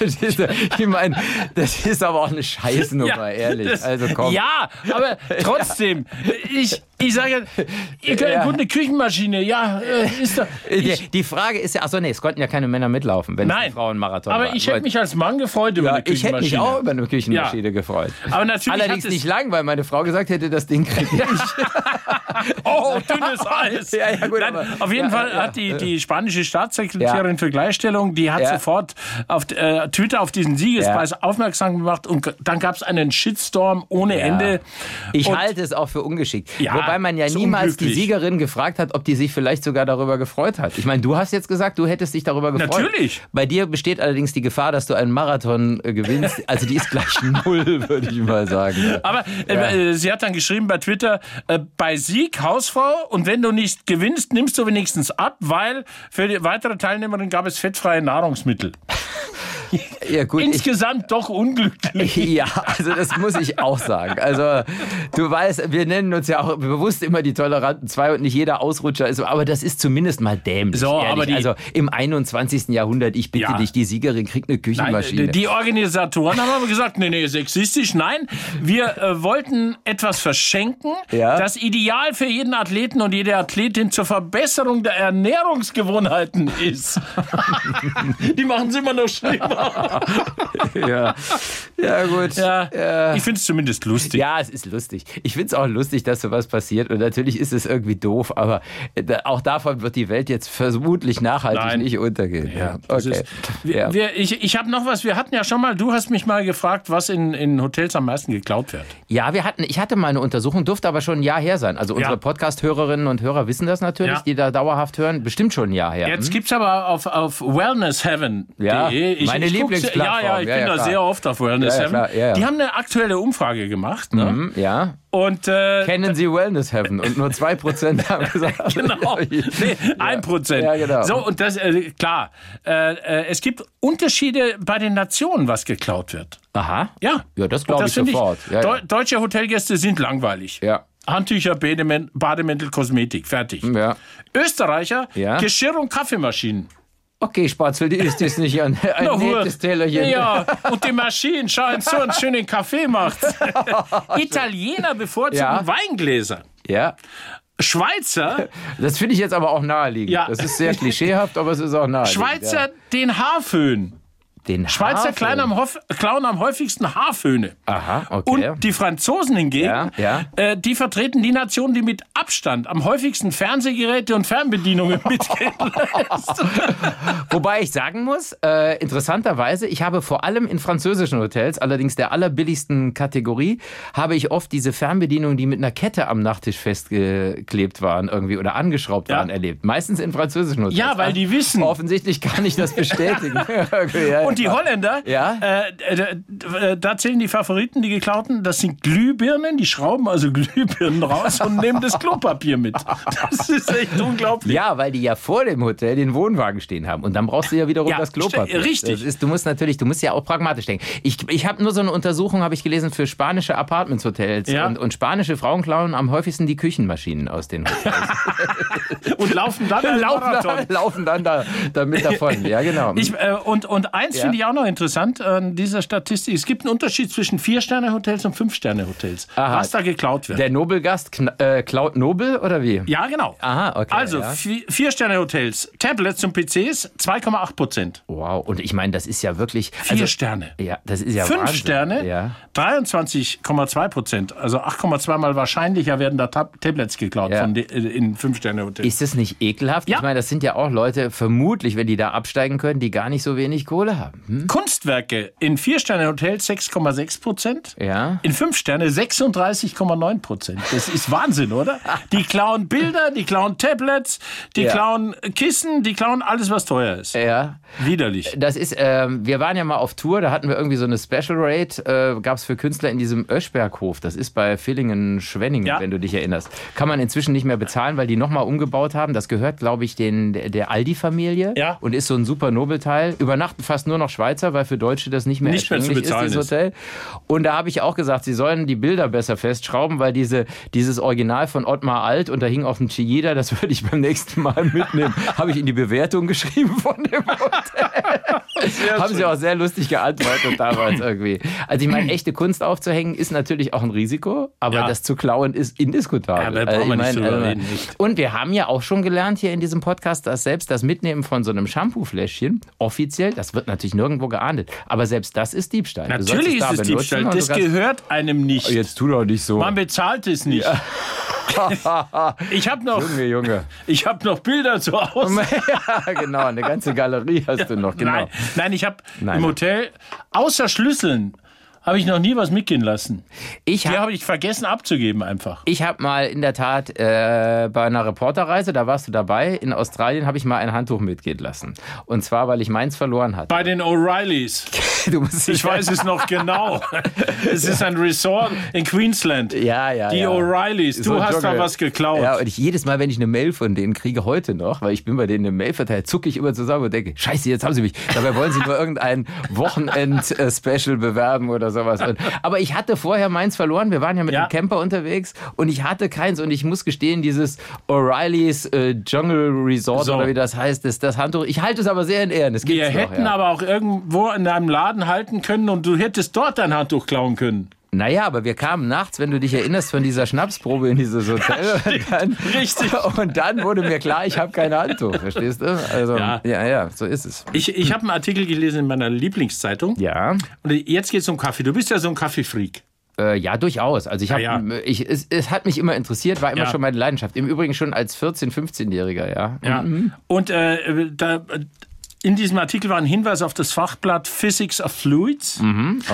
[SPEAKER 3] das ist, ich meine, das ist aber auch eine Scheißnummer, ehrlich.
[SPEAKER 4] das-
[SPEAKER 3] Also komm.
[SPEAKER 4] Ja, aber trotzdem, ich, ich sage, ihr könnt
[SPEAKER 3] Ja.
[SPEAKER 4] gut eine Küchenmaschine, ja, äh, ist doch.
[SPEAKER 3] Die,
[SPEAKER 4] Ich,
[SPEAKER 3] die Frage ist ja, ach so, nee, es konnten ja keine Männer mitlaufen, wenn es
[SPEAKER 4] Nein.
[SPEAKER 3] ein Frauenmarathon war.
[SPEAKER 4] aber ich hätte mich als Mann gefreut über
[SPEAKER 3] ja,
[SPEAKER 4] eine
[SPEAKER 3] ich hätte
[SPEAKER 4] Küchenmaschine.
[SPEAKER 3] mich auch über eine Küchenmaschine gefreut.
[SPEAKER 4] Aber natürlich hat
[SPEAKER 3] Allerdings
[SPEAKER 4] es-
[SPEAKER 3] nicht lang, weil meine Frau gesagt hätte, das Ding kriegt
[SPEAKER 4] Oh, dünnes Eis.
[SPEAKER 3] Ja, ja, gut,
[SPEAKER 4] Nein,
[SPEAKER 3] aber-
[SPEAKER 4] auf jeden
[SPEAKER 3] ja,
[SPEAKER 4] Fall
[SPEAKER 3] ja, ja.
[SPEAKER 4] hat die, die spanische Staatssekretärin
[SPEAKER 3] Ja.
[SPEAKER 4] für Gleichstellung, die hat
[SPEAKER 3] Ja.
[SPEAKER 4] sofort auf äh, Twitter auf diesen Siegespreis aufmerksam gemacht und g- dann gab es einen Shitstorm ohne
[SPEAKER 3] Ja.
[SPEAKER 4] Ende.
[SPEAKER 3] Ich
[SPEAKER 4] Und-
[SPEAKER 3] halte es auch für ungeschickt.
[SPEAKER 4] Ja,
[SPEAKER 3] Wobei man ja
[SPEAKER 4] ist
[SPEAKER 3] niemals die
[SPEAKER 4] unglücklich.
[SPEAKER 3] Siegerin gefragt hat, ob die sich vielleicht sogar darüber gefreut hat. Ich meine, du hast jetzt gesagt, du hättest dich darüber gefreut.
[SPEAKER 4] Natürlich.
[SPEAKER 3] Bei dir besteht allerdings die Gefahr, dass du einen Marathon äh, gewinnst. Also die ist gleich null, würde ich mal sagen.
[SPEAKER 4] Aber äh, äh, sie hat dann geschrieben bei Twitter, äh, bei Sieg Hausfrau und wenn du nicht gewinnst, nimmst du wenigstens ab, weil für die weitere Teilnehmerin gab es fettfreie Nahrungsmittel.
[SPEAKER 3] Ja, gut, ich,
[SPEAKER 4] Insgesamt doch unglücklich.
[SPEAKER 3] ja, also das muss ich auch sagen. Also du weißt, wir nennen uns ja auch bewusst immer die toleranten zwei und nicht jeder Ausrutscher ist, aber das ist zumindest mal dämlich.
[SPEAKER 4] So,
[SPEAKER 3] ehrlich.
[SPEAKER 4] aber die-
[SPEAKER 3] also im 21. Jahrhundert, ich bitte
[SPEAKER 4] Ja.
[SPEAKER 3] dich, die Siegerin kriegt eine Küchenmaschine.
[SPEAKER 4] Nein, äh, die Organisatoren haben aber gesagt, nee, nee, sexistisch, nein. Wir äh, wollten etwas verschenken,
[SPEAKER 3] Ja.
[SPEAKER 4] das ideal für jeden Athleten und jede Athletin zur Verbesserung der Ernährungsgewohnheiten ist. die machen es immer noch schlimmer.
[SPEAKER 3] ja. ja, gut.
[SPEAKER 4] Ja, Ich finde es zumindest lustig.
[SPEAKER 3] Ja, es ist lustig. Ich find's auch lustig, dass sowas passiert. Und natürlich ist es irgendwie doof, aber äh, da- auch davon wird die Welt jetzt vermutlich nachhaltig
[SPEAKER 4] Nein.
[SPEAKER 3] nicht untergehen. Ja,
[SPEAKER 4] das
[SPEAKER 3] okay.
[SPEAKER 4] ist- Wir, wir, ich ich habe noch was, wir hatten ja schon mal, du hast mich mal gefragt, was in, in Hotels am meisten geklaut wird.
[SPEAKER 3] Ja, wir hatten, ich hatte mal eine Untersuchung, durfte aber schon ein Jahr her sein. Also unsere
[SPEAKER 4] Ja.
[SPEAKER 3] Podcast-Hörerinnen und Hörer wissen das natürlich,
[SPEAKER 4] Ja.
[SPEAKER 3] die da dauerhaft hören. Bestimmt schon ein Jahr her.
[SPEAKER 4] Jetzt gibt's aber auf, auf wellnessheaven.de.
[SPEAKER 3] Hm? Ja,
[SPEAKER 4] Ich-
[SPEAKER 3] meine
[SPEAKER 4] ich guck's-
[SPEAKER 3] Lieblingsplattform.
[SPEAKER 4] Ja, ja, ich
[SPEAKER 3] Ja,
[SPEAKER 4] bin
[SPEAKER 3] ja,
[SPEAKER 4] da
[SPEAKER 3] klar.
[SPEAKER 4] sehr oft auf Wellnessheaven.
[SPEAKER 3] Ja, ja, klar. Ja, ja.
[SPEAKER 4] Die haben eine aktuelle Umfrage gemacht. Ne?
[SPEAKER 3] Hm, ja.
[SPEAKER 4] Und äh,
[SPEAKER 3] Kennen Sie Wellness Heaven? Und nur 2% haben gesagt.
[SPEAKER 4] Genau. Nee, ein Prozent.
[SPEAKER 3] Ja, genau.
[SPEAKER 4] So, und das, äh, klar. Äh, äh, es gibt Unterschiede bei den Nationen, was geklaut wird.
[SPEAKER 3] Aha.
[SPEAKER 4] Ja.
[SPEAKER 3] Ja, das glaub
[SPEAKER 4] Und
[SPEAKER 3] ich
[SPEAKER 4] find
[SPEAKER 3] sofort. Ja,
[SPEAKER 4] Deu
[SPEAKER 3] ja.
[SPEAKER 4] Deutsche Hotelgäste sind langweilig.
[SPEAKER 3] Ja. Mhm.
[SPEAKER 4] Handtücher, Bademen- Bademäntel, Kosmetik. Fertig.
[SPEAKER 3] Ja.
[SPEAKER 4] Österreicher,
[SPEAKER 3] Ja.
[SPEAKER 4] Geschirr und Kaffeemaschinen.
[SPEAKER 3] Okay, Spatzel, die ist das nicht ein, ein
[SPEAKER 4] Na gut.
[SPEAKER 3] nettes Tellerchen.
[SPEAKER 4] Ja, und die Maschinen schauen so einen schönen Kaffee macht. Italiener bevorzugen
[SPEAKER 3] Ja.
[SPEAKER 4] Weingläser.
[SPEAKER 3] ja.
[SPEAKER 4] Schweizer,
[SPEAKER 3] Das finde ich jetzt aber auch naheliegend.
[SPEAKER 4] Ja.
[SPEAKER 3] Das ist sehr klischeehaft, aber es ist auch naheliegend.
[SPEAKER 4] Schweizer
[SPEAKER 3] ja.
[SPEAKER 4] den Haarföhn.
[SPEAKER 3] den
[SPEAKER 4] Schweizer
[SPEAKER 3] Hafer.
[SPEAKER 4] klauen am, Hof- klauen am häufigsten Haarföhne.
[SPEAKER 3] Aha, okay.
[SPEAKER 4] Und die Franzosen hingegen,
[SPEAKER 3] Ja, ja.
[SPEAKER 4] Äh, die vertreten die Nation, die mit Abstand am häufigsten Fernsehgeräte und Fernbedienungen mitgehen lässt.
[SPEAKER 3] Wobei ich sagen muss, äh, interessanterweise, ich habe vor allem in französischen Hotels, allerdings der allerbilligsten Kategorie, habe ich oft diese Fernbedienungen, die mit einer Kette am Nachttisch festgeklebt waren irgendwie oder angeschraubt
[SPEAKER 4] Ja.
[SPEAKER 3] waren, erlebt. Meistens in französischen Hotels. Ah,
[SPEAKER 4] Ja, weil die wissen.
[SPEAKER 3] Offensichtlich kann ich das bestätigen. Okay, ja,
[SPEAKER 4] Und die
[SPEAKER 3] ja.
[SPEAKER 4] Holländer,
[SPEAKER 3] Ja.
[SPEAKER 4] äh, äh, äh, da zählen die Favoriten, die geklauten, das sind Glühbirnen, die schrauben also Glühbirnen raus und nehmen das Klopapier mit. Das ist echt unglaublich.
[SPEAKER 3] Ja, weil die ja vor dem Hotel den Wohnwagen stehen haben. Und dann brauchst du ja wiederum
[SPEAKER 4] Ja,
[SPEAKER 3] das Klopapier.
[SPEAKER 4] ste- richtig.
[SPEAKER 3] Das ist, du musst natürlich, du musst ja auch pragmatisch denken. Ich, ich habe nur so eine Untersuchung, habe ich gelesen, für spanische Apartments-Hotels.
[SPEAKER 4] Ja.
[SPEAKER 3] Und, und spanische Frauen klauen am häufigsten die Küchenmaschinen aus den Hotels.
[SPEAKER 4] Und laufen dann einen
[SPEAKER 3] laufen,
[SPEAKER 4] Marathon.
[SPEAKER 3] dann, laufen dann da, damit davon. Ja, genau.
[SPEAKER 4] Ich, äh, und, und eins
[SPEAKER 3] Ja.
[SPEAKER 4] finde ich auch noch interessant an dieser Statistik. Es gibt einen Unterschied zwischen Vier-Sterne-Hotels und Fünf-Sterne-Hotels,
[SPEAKER 3] Aha.
[SPEAKER 4] was da geklaut wird.
[SPEAKER 3] Der Nobelgast kn- äh, klaut Nobel oder wie?
[SPEAKER 4] ja, genau.
[SPEAKER 3] Aha, okay,
[SPEAKER 4] Also,
[SPEAKER 3] ja.
[SPEAKER 4] Vi- Vier-Sterne-Hotels, Tablets und PCs 2,8 Prozent.
[SPEAKER 3] Wow. Und ich meine, das ist ja wirklich. also,
[SPEAKER 4] Vier Sterne.
[SPEAKER 3] Ja, das ist ja
[SPEAKER 4] Fünf
[SPEAKER 3] Wahnsinn.
[SPEAKER 4] Sterne,
[SPEAKER 3] Ja.
[SPEAKER 4] 23,2 Prozent. Also 8,2 mal wahrscheinlicher werden da Tab Tablets geklaut
[SPEAKER 3] Ja.
[SPEAKER 4] von de, äh, in Fünf-Sterne-Hotels.
[SPEAKER 3] Ist das nicht ekelhaft?
[SPEAKER 4] Ja.
[SPEAKER 3] Ich meine, das sind ja auch Leute, vermutlich, wenn die da absteigen können, die gar nicht so wenig Kohle haben. Hm?
[SPEAKER 4] Kunstwerke in Vier-Sterne-Hotels 6,6 Prozent.
[SPEAKER 3] Ja.
[SPEAKER 4] In fünf Sterne 36,9 Prozent. Das ist Wahnsinn, oder? Die klauen Bilder, die klauen Tablets, die
[SPEAKER 3] Ja. Äh,
[SPEAKER 4] klauen Kissen, die klauen alles, was teuer ist.
[SPEAKER 3] Ja.
[SPEAKER 4] Widerlich.
[SPEAKER 3] Das ist, ähm, wir waren ja mal auf Tour, da hatten wir irgendwie so eine Special Rate, äh, gab es für Künstler in diesem Öschberghof. Das ist bei Villingen-Schwenningen,
[SPEAKER 4] Ja.
[SPEAKER 3] wenn du dich erinnerst. Kann man inzwischen nicht mehr bezahlen, weil die nochmal umgebaut haben. Das gehört, glaube ich, den, der- der Aldi-Familie
[SPEAKER 4] Ja.
[SPEAKER 3] und ist so ein super Nobelteil. Übernachten fast nur noch Schweizer, weil für Deutsche das nicht mehr
[SPEAKER 4] Nicht mehr zu
[SPEAKER 3] erschwinglich
[SPEAKER 4] bezahlen
[SPEAKER 3] ist, dieses
[SPEAKER 4] ist.
[SPEAKER 3] Hotel. Und da habe ich auch gesagt, sie sollen die Bilder besser festschrauben, weil diese, dieses Original von Ottmar Alt und da hing auch ein Chiida, das würde ich beim nächsten Mal mitnehmen. habe ich in die Bewertung geschrieben von dem haben sie auch sehr lustig geantwortet damals irgendwie. Also ich meine, echte Kunst aufzuhängen ist natürlich auch ein Risiko, aber
[SPEAKER 4] Ja.
[SPEAKER 3] das zu klauen ist indiskutabel.
[SPEAKER 4] Ja, da brauchen wir
[SPEAKER 3] ich
[SPEAKER 4] nicht
[SPEAKER 3] meine,
[SPEAKER 4] drüber
[SPEAKER 3] also-
[SPEAKER 4] reden, nicht.
[SPEAKER 3] Und wir haben ja auch schon gelernt hier in diesem Podcast, dass selbst das Mitnehmen von so einem Shampoo-Fläschchen offiziell, das wird natürlich nirgendwo geahndet, aber selbst das ist Diebstahl. Du sollst
[SPEAKER 4] Natürlich ist
[SPEAKER 3] da
[SPEAKER 4] es
[SPEAKER 3] benutzen
[SPEAKER 4] Diebstahl.
[SPEAKER 3] und du
[SPEAKER 4] Das
[SPEAKER 3] kannst- Oh,
[SPEAKER 4] gehört einem nicht.
[SPEAKER 3] Jetzt tu doch nicht so.
[SPEAKER 4] Man bezahlt es nicht. ich habe noch,
[SPEAKER 3] Junge, Junge.
[SPEAKER 4] ich hab noch Bilder zu Hause.
[SPEAKER 3] ja, genau, eine ganze Galerie hast du noch, genau.
[SPEAKER 4] Nein, nein, ich habe
[SPEAKER 3] Nein. ne?
[SPEAKER 4] im Hotel außer Schlüsseln habe ich noch nie was mitgehen lassen.
[SPEAKER 3] Ich
[SPEAKER 4] Die
[SPEAKER 3] habe
[SPEAKER 4] habe ich vergessen abzugeben einfach.
[SPEAKER 3] Ich habe mal in der Tat äh, bei einer Reporterreise, da warst du dabei, in Australien habe ich mal ein Handtuch mitgehen lassen. Und zwar, weil ich meins verloren hatte.
[SPEAKER 4] Bei den O'Reillys.
[SPEAKER 3] Du musst
[SPEAKER 4] Ich weiß es noch genau. Es ist ein Resort in Queensland.
[SPEAKER 3] Ja, ja,
[SPEAKER 4] Die
[SPEAKER 3] ja.
[SPEAKER 4] O'Reillys. Du
[SPEAKER 3] So ein
[SPEAKER 4] hast da
[SPEAKER 3] Dschungel.
[SPEAKER 4] was geklaut.
[SPEAKER 3] Ja, und ich jedes Mal, wenn ich eine Mail von denen kriege, heute noch, weil ich bin bei denen eine Mail verteilt, zucke ich immer zusammen und denke, scheiße, jetzt haben sie mich. Dabei wollen sie nur irgendein Wochenend-Special bewerben oder sowas. Und, aber ich hatte vorher meins verloren. Wir waren ja mit
[SPEAKER 4] Ja.
[SPEAKER 3] einem Camper unterwegs und ich hatte keins. Und ich muss gestehen, dieses O'Reillys äh, Jungle Resort
[SPEAKER 4] So.
[SPEAKER 3] oder wie das heißt, das, das Handtuch. Ich halte es aber sehr in Ehren. Es gibt's
[SPEAKER 4] Wir
[SPEAKER 3] noch,
[SPEAKER 4] hätten
[SPEAKER 3] ja.
[SPEAKER 4] aber auch irgendwo in einem Laden halten können und du hättest dort dein Handtuch klauen können.
[SPEAKER 3] Naja, aber wir kamen nachts, wenn du dich erinnerst, von dieser Schnapsprobe in dieses Hotel. und dann,
[SPEAKER 4] richtig.
[SPEAKER 3] Und dann wurde mir klar, ich habe kein Handtuch, verstehst du? Also,
[SPEAKER 4] Ja.
[SPEAKER 3] ja. ja, so ist es.
[SPEAKER 4] Ich, ich habe einen Artikel gelesen in meiner Lieblingszeitung.
[SPEAKER 3] Ja,
[SPEAKER 4] Und jetzt geht es um Kaffee. Du bist ja so ein Kaffeefreak.
[SPEAKER 3] äh, ja, durchaus. Also ich habe,
[SPEAKER 4] Ja,
[SPEAKER 3] ich, es, es hat mich immer interessiert, war immer
[SPEAKER 4] Ja.
[SPEAKER 3] schon meine Leidenschaft. Im Übrigen schon als 14-, 15-Jähriger, ja.
[SPEAKER 4] Ja. Und äh, da, in diesem Artikel war ein Hinweis auf das Fachblatt Physics of Fluids.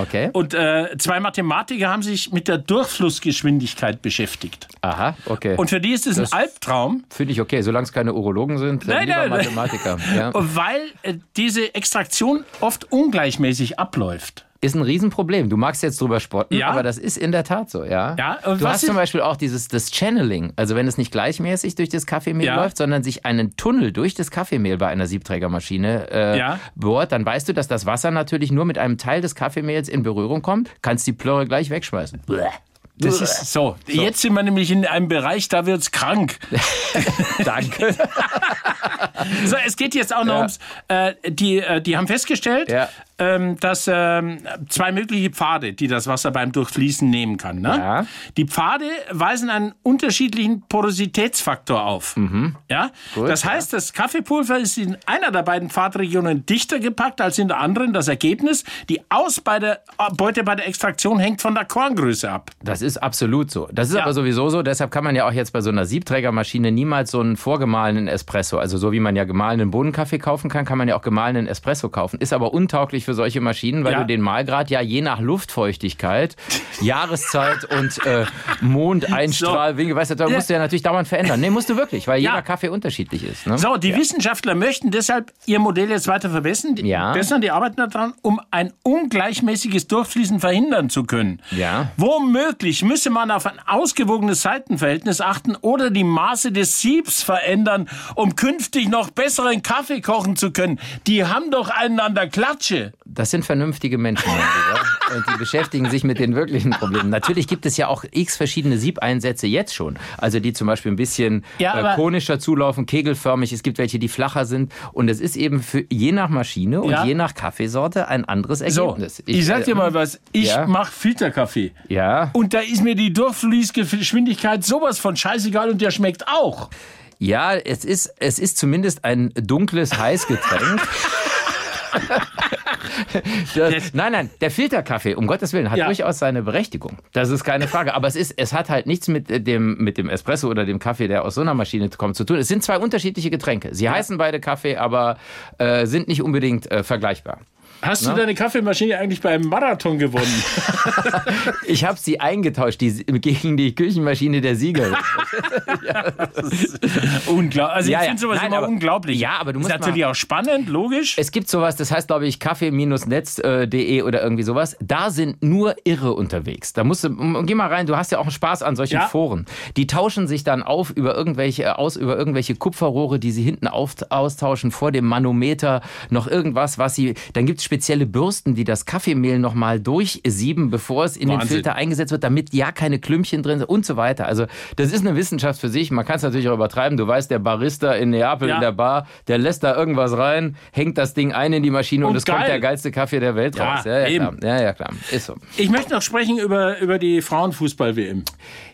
[SPEAKER 3] Okay.
[SPEAKER 4] Und äh, zwei Mathematiker haben sich mit der Durchflussgeschwindigkeit beschäftigt.
[SPEAKER 3] Aha, okay.
[SPEAKER 4] Und für die ist es ein Albtraum,
[SPEAKER 3] Finde ich okay, solange es keine Urologen sind, dann
[SPEAKER 4] Nein,
[SPEAKER 3] lieber
[SPEAKER 4] nein.
[SPEAKER 3] Mathematiker. Ja.
[SPEAKER 4] weil äh, diese Extraktion oft ungleichmäßig abläuft.
[SPEAKER 3] Ist ein Riesenproblem. Du magst jetzt drüber spotten,
[SPEAKER 4] Ja.
[SPEAKER 3] aber das ist in der Tat so, ja.
[SPEAKER 4] Ja, und
[SPEAKER 3] du
[SPEAKER 4] was
[SPEAKER 3] hast zum
[SPEAKER 4] ist-
[SPEAKER 3] Beispiel auch dieses das Channeling, also wenn es nicht gleichmäßig durch das Kaffeemehl
[SPEAKER 4] Ja.
[SPEAKER 3] läuft, sondern sich einen Tunnel durch das Kaffeemehl bei einer Siebträgermaschine äh,
[SPEAKER 4] Ja.
[SPEAKER 3] bohrt, dann weißt du, dass das Wasser natürlich nur mit einem Teil des Kaffeemehls in Berührung kommt, kannst die Plörre gleich wegschmeißen. Bleh.
[SPEAKER 4] Das ist so. Jetzt sind wir nämlich in einem Bereich, da wird's krank.
[SPEAKER 3] Danke.
[SPEAKER 4] So, es geht jetzt auch noch
[SPEAKER 3] Ja.
[SPEAKER 4] ums. Äh, die, äh, die haben festgestellt,
[SPEAKER 3] Ja.
[SPEAKER 4] ähm, dass ähm, zwei mögliche Pfade, die das Wasser beim Durchfließen nehmen kann. Ne?
[SPEAKER 3] Ja.
[SPEAKER 4] Die Pfade weisen einen unterschiedlichen Porositätsfaktor auf.
[SPEAKER 3] Mhm.
[SPEAKER 4] Ja? das heißt, das Kaffeepulver ist in einer der beiden Pfadregionen dichter gepackt als in der anderen. Das Ergebnis, die Ausbeute äh, Beute bei der Extraktion hängt von der Korngröße ab.
[SPEAKER 3] Das ist absolut so. Das ist
[SPEAKER 4] Ja.
[SPEAKER 3] aber sowieso so. Deshalb kann man ja auch jetzt bei so einer Siebträgermaschine niemals so einen vorgemahlenen Espresso, also so wie man ja gemahlenen Bohnenkaffee kaufen kann, kann man ja auch gemahlenen Espresso kaufen. Ist aber untauglich für solche Maschinen, weil
[SPEAKER 4] Ja.
[SPEAKER 3] du den Mahlgrad ja je nach Luftfeuchtigkeit, Jahreszeit und äh, Mondeinstrahlwinkel, weißt du, da musst du ja natürlich dauernd verändern. Nee, musst du wirklich, weil
[SPEAKER 4] Ja.
[SPEAKER 3] jeder Kaffee unterschiedlich ist. Ne?
[SPEAKER 4] So, die Wissenschaftler möchten deshalb ihr Modell jetzt weiter verbessern. Die,
[SPEAKER 3] Ja.
[SPEAKER 4] Bessern, die arbeiten daran, um ein ungleichmäßiges Durchfließen verhindern zu können.
[SPEAKER 3] Ja.
[SPEAKER 4] Womöglich müsse man auf ein ausgewogenes Seitenverhältnis achten oder die Maße des Siebs verändern, um künftig noch besseren Kaffee kochen zu können. Die haben doch einander Klatsche.
[SPEAKER 3] Das sind vernünftige Menschen. mein Lieber. Und die beschäftigen sich mit den wirklichen Problemen. Natürlich gibt es ja auch x verschiedene Siebeinsätze jetzt schon. Also die zum Beispiel ein bisschen
[SPEAKER 4] Ja, aber-
[SPEAKER 3] äh, konischer zulaufen, kegelförmig. Es gibt welche, die flacher sind. Und es ist eben für je nach Maschine und
[SPEAKER 4] Ja.
[SPEAKER 3] je nach Kaffeesorte ein anderes
[SPEAKER 4] So,
[SPEAKER 3] Ergebnis.
[SPEAKER 4] ich, sag dir
[SPEAKER 3] äh,
[SPEAKER 4] mal was. Ich
[SPEAKER 3] ja.
[SPEAKER 4] mach Filterkaffee.
[SPEAKER 3] Ja,
[SPEAKER 4] Und da ist mir die Durchfließgeschwindigkeit sowas von scheißegal und der schmeckt auch.
[SPEAKER 3] ja es, ist, es ist zumindest ein dunkles Heißgetränk. Der- nein, nein, der Filterkaffee, um Gottes Willen, hat
[SPEAKER 4] Ja.
[SPEAKER 3] durchaus seine Berechtigung. Das ist keine Frage. Aber es, ist, es hat halt nichts mit äh, dem, mit dem Espresso oder dem Kaffee, der aus so einer Maschine kommt, zu tun. Es sind zwei unterschiedliche Getränke. Sie heißen beide Kaffee, aber äh, sind nicht unbedingt äh, vergleichbar.
[SPEAKER 4] Hast du deine Kaffeemaschine eigentlich beim Marathon gewonnen?
[SPEAKER 3] Ich habe sie eingetauscht die, gegen die Küchenmaschine der Siegerin.
[SPEAKER 4] Unglaublich. Also
[SPEAKER 3] Ja,
[SPEAKER 4] ich
[SPEAKER 3] ja.
[SPEAKER 4] finde sowas
[SPEAKER 3] Nein,
[SPEAKER 4] immer
[SPEAKER 3] aber-
[SPEAKER 4] unglaublich.
[SPEAKER 3] Ja, aber du musst
[SPEAKER 4] Ist natürlich auch spannend, logisch.
[SPEAKER 3] Es gibt sowas, das heißt, glaube ich, kaffee-netz.de oder irgendwie sowas. Da sind nur Irre unterwegs. Da musst du, m- geh mal rein, du hast ja auch einen Spaß an solchen
[SPEAKER 4] Ja.
[SPEAKER 3] Foren. Die tauschen sich dann auf über irgendwelche, äh, aus über irgendwelche Kupferrohre, die sie hinten auf, austauschen, vor dem Manometer, noch irgendwas, was sie, dann gibt es spezielle Bürsten, die das Kaffeemehl nochmal durchsieben, bevor es in den
[SPEAKER 4] Wahnsinn.
[SPEAKER 3] Filter eingesetzt wird, damit ja keine Klümpchen drin sind und so weiter. Also, das ist eine Wissenschaft für sich. Man kann es natürlich auch übertreiben. Du weißt, der Barista in Neapel
[SPEAKER 4] Ja.
[SPEAKER 3] in der Bar, der lässt da irgendwas rein, hängt das Ding ein in die Maschine und,
[SPEAKER 4] Und
[SPEAKER 3] es
[SPEAKER 4] geil.
[SPEAKER 3] kommt der geilste Kaffee der Welt
[SPEAKER 4] Ja,
[SPEAKER 3] raus. Ja, ja,
[SPEAKER 4] eben.
[SPEAKER 3] klar. Ja, ja, klar. Ist so.
[SPEAKER 4] Ich möchte noch sprechen über, über die Frauenfußball-WM.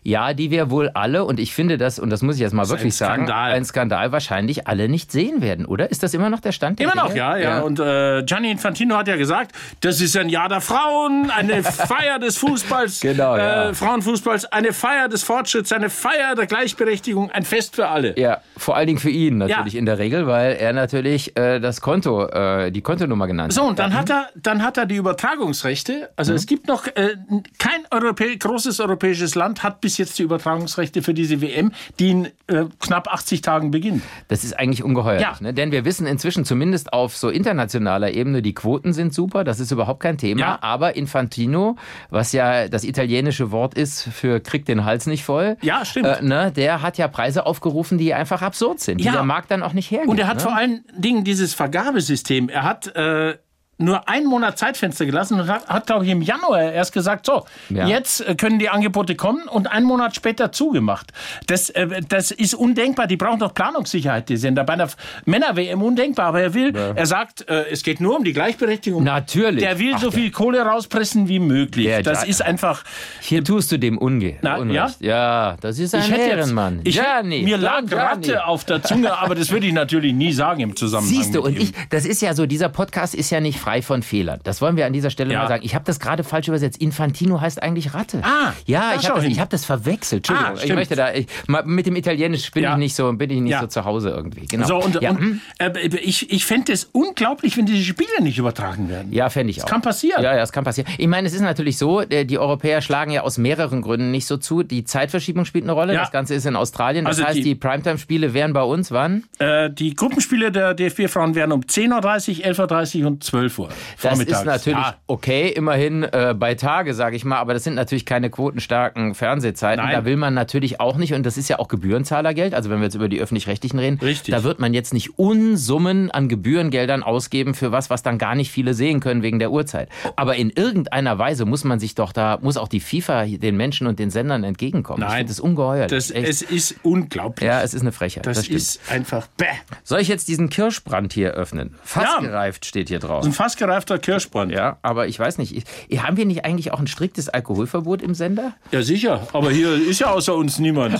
[SPEAKER 3] Ja, die wir wohl alle, und ich finde das, und das muss ich jetzt mal wirklich
[SPEAKER 4] ein
[SPEAKER 3] sagen,
[SPEAKER 4] Skandal.
[SPEAKER 3] ein Skandal wahrscheinlich alle nicht sehen werden, oder? Ist das immer noch der Stand der
[SPEAKER 4] Immer noch,
[SPEAKER 3] Dinge?
[SPEAKER 4] ja, ja. Und äh, Gianni Infantino hat ja gesagt, das ist ein Jahr der Frauen, eine Feier des Fußballs,
[SPEAKER 3] Genau,
[SPEAKER 4] äh,
[SPEAKER 3] ja.
[SPEAKER 4] Frauenfußballs, eine Feier des Fortschritts, eine Feier der Gleichberechtigung, ein Fest für alle.
[SPEAKER 3] Ja, vor allen Dingen für ihn natürlich
[SPEAKER 4] Ja.
[SPEAKER 3] in der Regel, weil er natürlich äh, das Konto, äh, die Kontonummer genannt
[SPEAKER 4] So,
[SPEAKER 3] hat.
[SPEAKER 4] und dann hat er, dann hat er die Übertragungsrechte. Also es gibt noch äh, kein Europä großes europäisches Land hat bis jetzt die Übertragungsrechte für diese WM, die in äh, knapp 80 Tagen beginnt.
[SPEAKER 3] Das ist eigentlich ungeheuerlich,
[SPEAKER 4] Ja.
[SPEAKER 3] ne? denn wir wissen inzwischen zumindest auf so internationaler Ebene, die Quoten sind super, das ist überhaupt kein Thema,
[SPEAKER 4] Ja.
[SPEAKER 3] aber Infantino, was ja das italienische Wort ist für kriegt den Hals nicht voll,
[SPEAKER 4] Ja, stimmt.
[SPEAKER 3] äh, ne? der hat ja Preise aufgerufen, die einfach absurd sind, die
[SPEAKER 4] Ja.
[SPEAKER 3] der Markt dann auch nicht hergibt.
[SPEAKER 4] Und er hat
[SPEAKER 3] ne?
[SPEAKER 4] vor allen Dingen dieses Vergabesystem. Er hat äh, nur einen Monat Zeitfenster gelassen und hat, hat glaube ich, im Januar erst gesagt, so,
[SPEAKER 3] Ja.
[SPEAKER 4] jetzt äh, können die Angebote kommen und einen Monat später zugemacht. Das, äh, das ist undenkbar. Die brauchen doch Planungssicherheit, die Sender. Bei einer F- Männer-WM undenkbar. Aber er will, er sagt, äh, es geht nur um die Gleichberechtigung.
[SPEAKER 3] Natürlich.
[SPEAKER 4] Der will so viel Kohle rauspressen wie möglich.
[SPEAKER 3] Der
[SPEAKER 4] das
[SPEAKER 3] Jack.
[SPEAKER 4] ist einfach.
[SPEAKER 3] Hier tust du dem Unge
[SPEAKER 4] Na,
[SPEAKER 3] Unrecht. Ja? das ist ein
[SPEAKER 4] Ich hätte jetzt,
[SPEAKER 3] Ehrenmann.
[SPEAKER 4] ich hätte,
[SPEAKER 3] Gianni,
[SPEAKER 4] mir
[SPEAKER 3] Don
[SPEAKER 4] lag
[SPEAKER 3] Gianni.
[SPEAKER 4] Ratte auf der Zunge, aber das würde ich natürlich nie sagen im Zusammenhang.
[SPEAKER 3] Siehst du,
[SPEAKER 4] mit
[SPEAKER 3] und
[SPEAKER 4] ihm.
[SPEAKER 3] ich, das ist ja so, dieser Podcast ist ja nicht frei von Fehlern. Das wollen wir an dieser Stelle
[SPEAKER 4] Ja.
[SPEAKER 3] mal sagen. Ich habe das gerade falsch übersetzt. Infantino heißt eigentlich Ratte.
[SPEAKER 4] Ah,
[SPEAKER 3] ja,
[SPEAKER 4] da
[SPEAKER 3] ich
[SPEAKER 4] schau
[SPEAKER 3] habe das,
[SPEAKER 4] hin.
[SPEAKER 3] ich hab das verwechselt. Entschuldigung,
[SPEAKER 4] Ah,
[SPEAKER 3] ich
[SPEAKER 4] stimmt.
[SPEAKER 3] möchte da, ich, mal, mit dem Italienisch bin
[SPEAKER 4] Ja.
[SPEAKER 3] ich nicht so, bin ich nicht
[SPEAKER 4] Ja.
[SPEAKER 3] so zu Hause irgendwie. Genau.
[SPEAKER 4] So, und,
[SPEAKER 3] ja, hm?
[SPEAKER 4] und äh, ich, ich fände es unglaublich, wenn diese Spiele nicht übertragen werden.
[SPEAKER 3] Ja, fände ich auch.
[SPEAKER 4] kann passieren.
[SPEAKER 3] Ja, ja, es kann passieren. Ich meine, es ist natürlich so, der- die Europäer schlagen ja aus mehreren Gründen nicht so zu. Die Zeitverschiebung spielt eine Rolle.
[SPEAKER 4] Ja.
[SPEAKER 3] Das Ganze ist in Australien. Das
[SPEAKER 4] Also
[SPEAKER 3] heißt,
[SPEAKER 4] die-
[SPEAKER 3] die, Primetime-Spiele wären bei uns wann?
[SPEAKER 4] Äh, die Gruppenspiele der DFB-Frauen wären um 10.30 Uhr, 11.30 Uhr und 12 Uhr. Uhr.
[SPEAKER 3] Das
[SPEAKER 4] vormittags.
[SPEAKER 3] ist natürlich
[SPEAKER 4] Ja.
[SPEAKER 3] okay, immerhin äh, bei Tage, sage ich mal, aber das sind natürlich keine quotenstarken Fernsehzeiten.
[SPEAKER 4] Nein.
[SPEAKER 3] Da will man natürlich auch nicht, und das ist ja auch Gebührenzahlergeld, also wenn wir jetzt über die öffentlich-rechtlichen reden,
[SPEAKER 4] Richtig.
[SPEAKER 3] da wird man jetzt nicht Unsummen an Gebührengeldern ausgeben für was, was dann gar nicht viele sehen können wegen der Uhrzeit. Aber in irgendeiner Weise muss man sich doch da, muss auch die FIFA den Menschen und den Sendern entgegenkommen. Ich
[SPEAKER 4] Nein.
[SPEAKER 3] finde das ungeheuerlich.
[SPEAKER 4] Das,
[SPEAKER 3] echt.
[SPEAKER 4] es ist unglaublich.
[SPEAKER 3] ja, es ist eine Frechheit. Das,
[SPEAKER 4] das
[SPEAKER 3] stimmt.
[SPEAKER 4] ist einfach bäh.
[SPEAKER 3] Soll ich jetzt diesen Kirschbrand hier öffnen? Fast
[SPEAKER 4] Ja.
[SPEAKER 3] gereift steht hier drauf.
[SPEAKER 4] Ein fast gereifter Kirschbrand.
[SPEAKER 3] Ja, aber ich weiß nicht. Ich, haben wir nicht eigentlich auch ein striktes Alkoholverbot im Sender?
[SPEAKER 4] Ja, sicher. Aber hier ist ja außer uns niemand.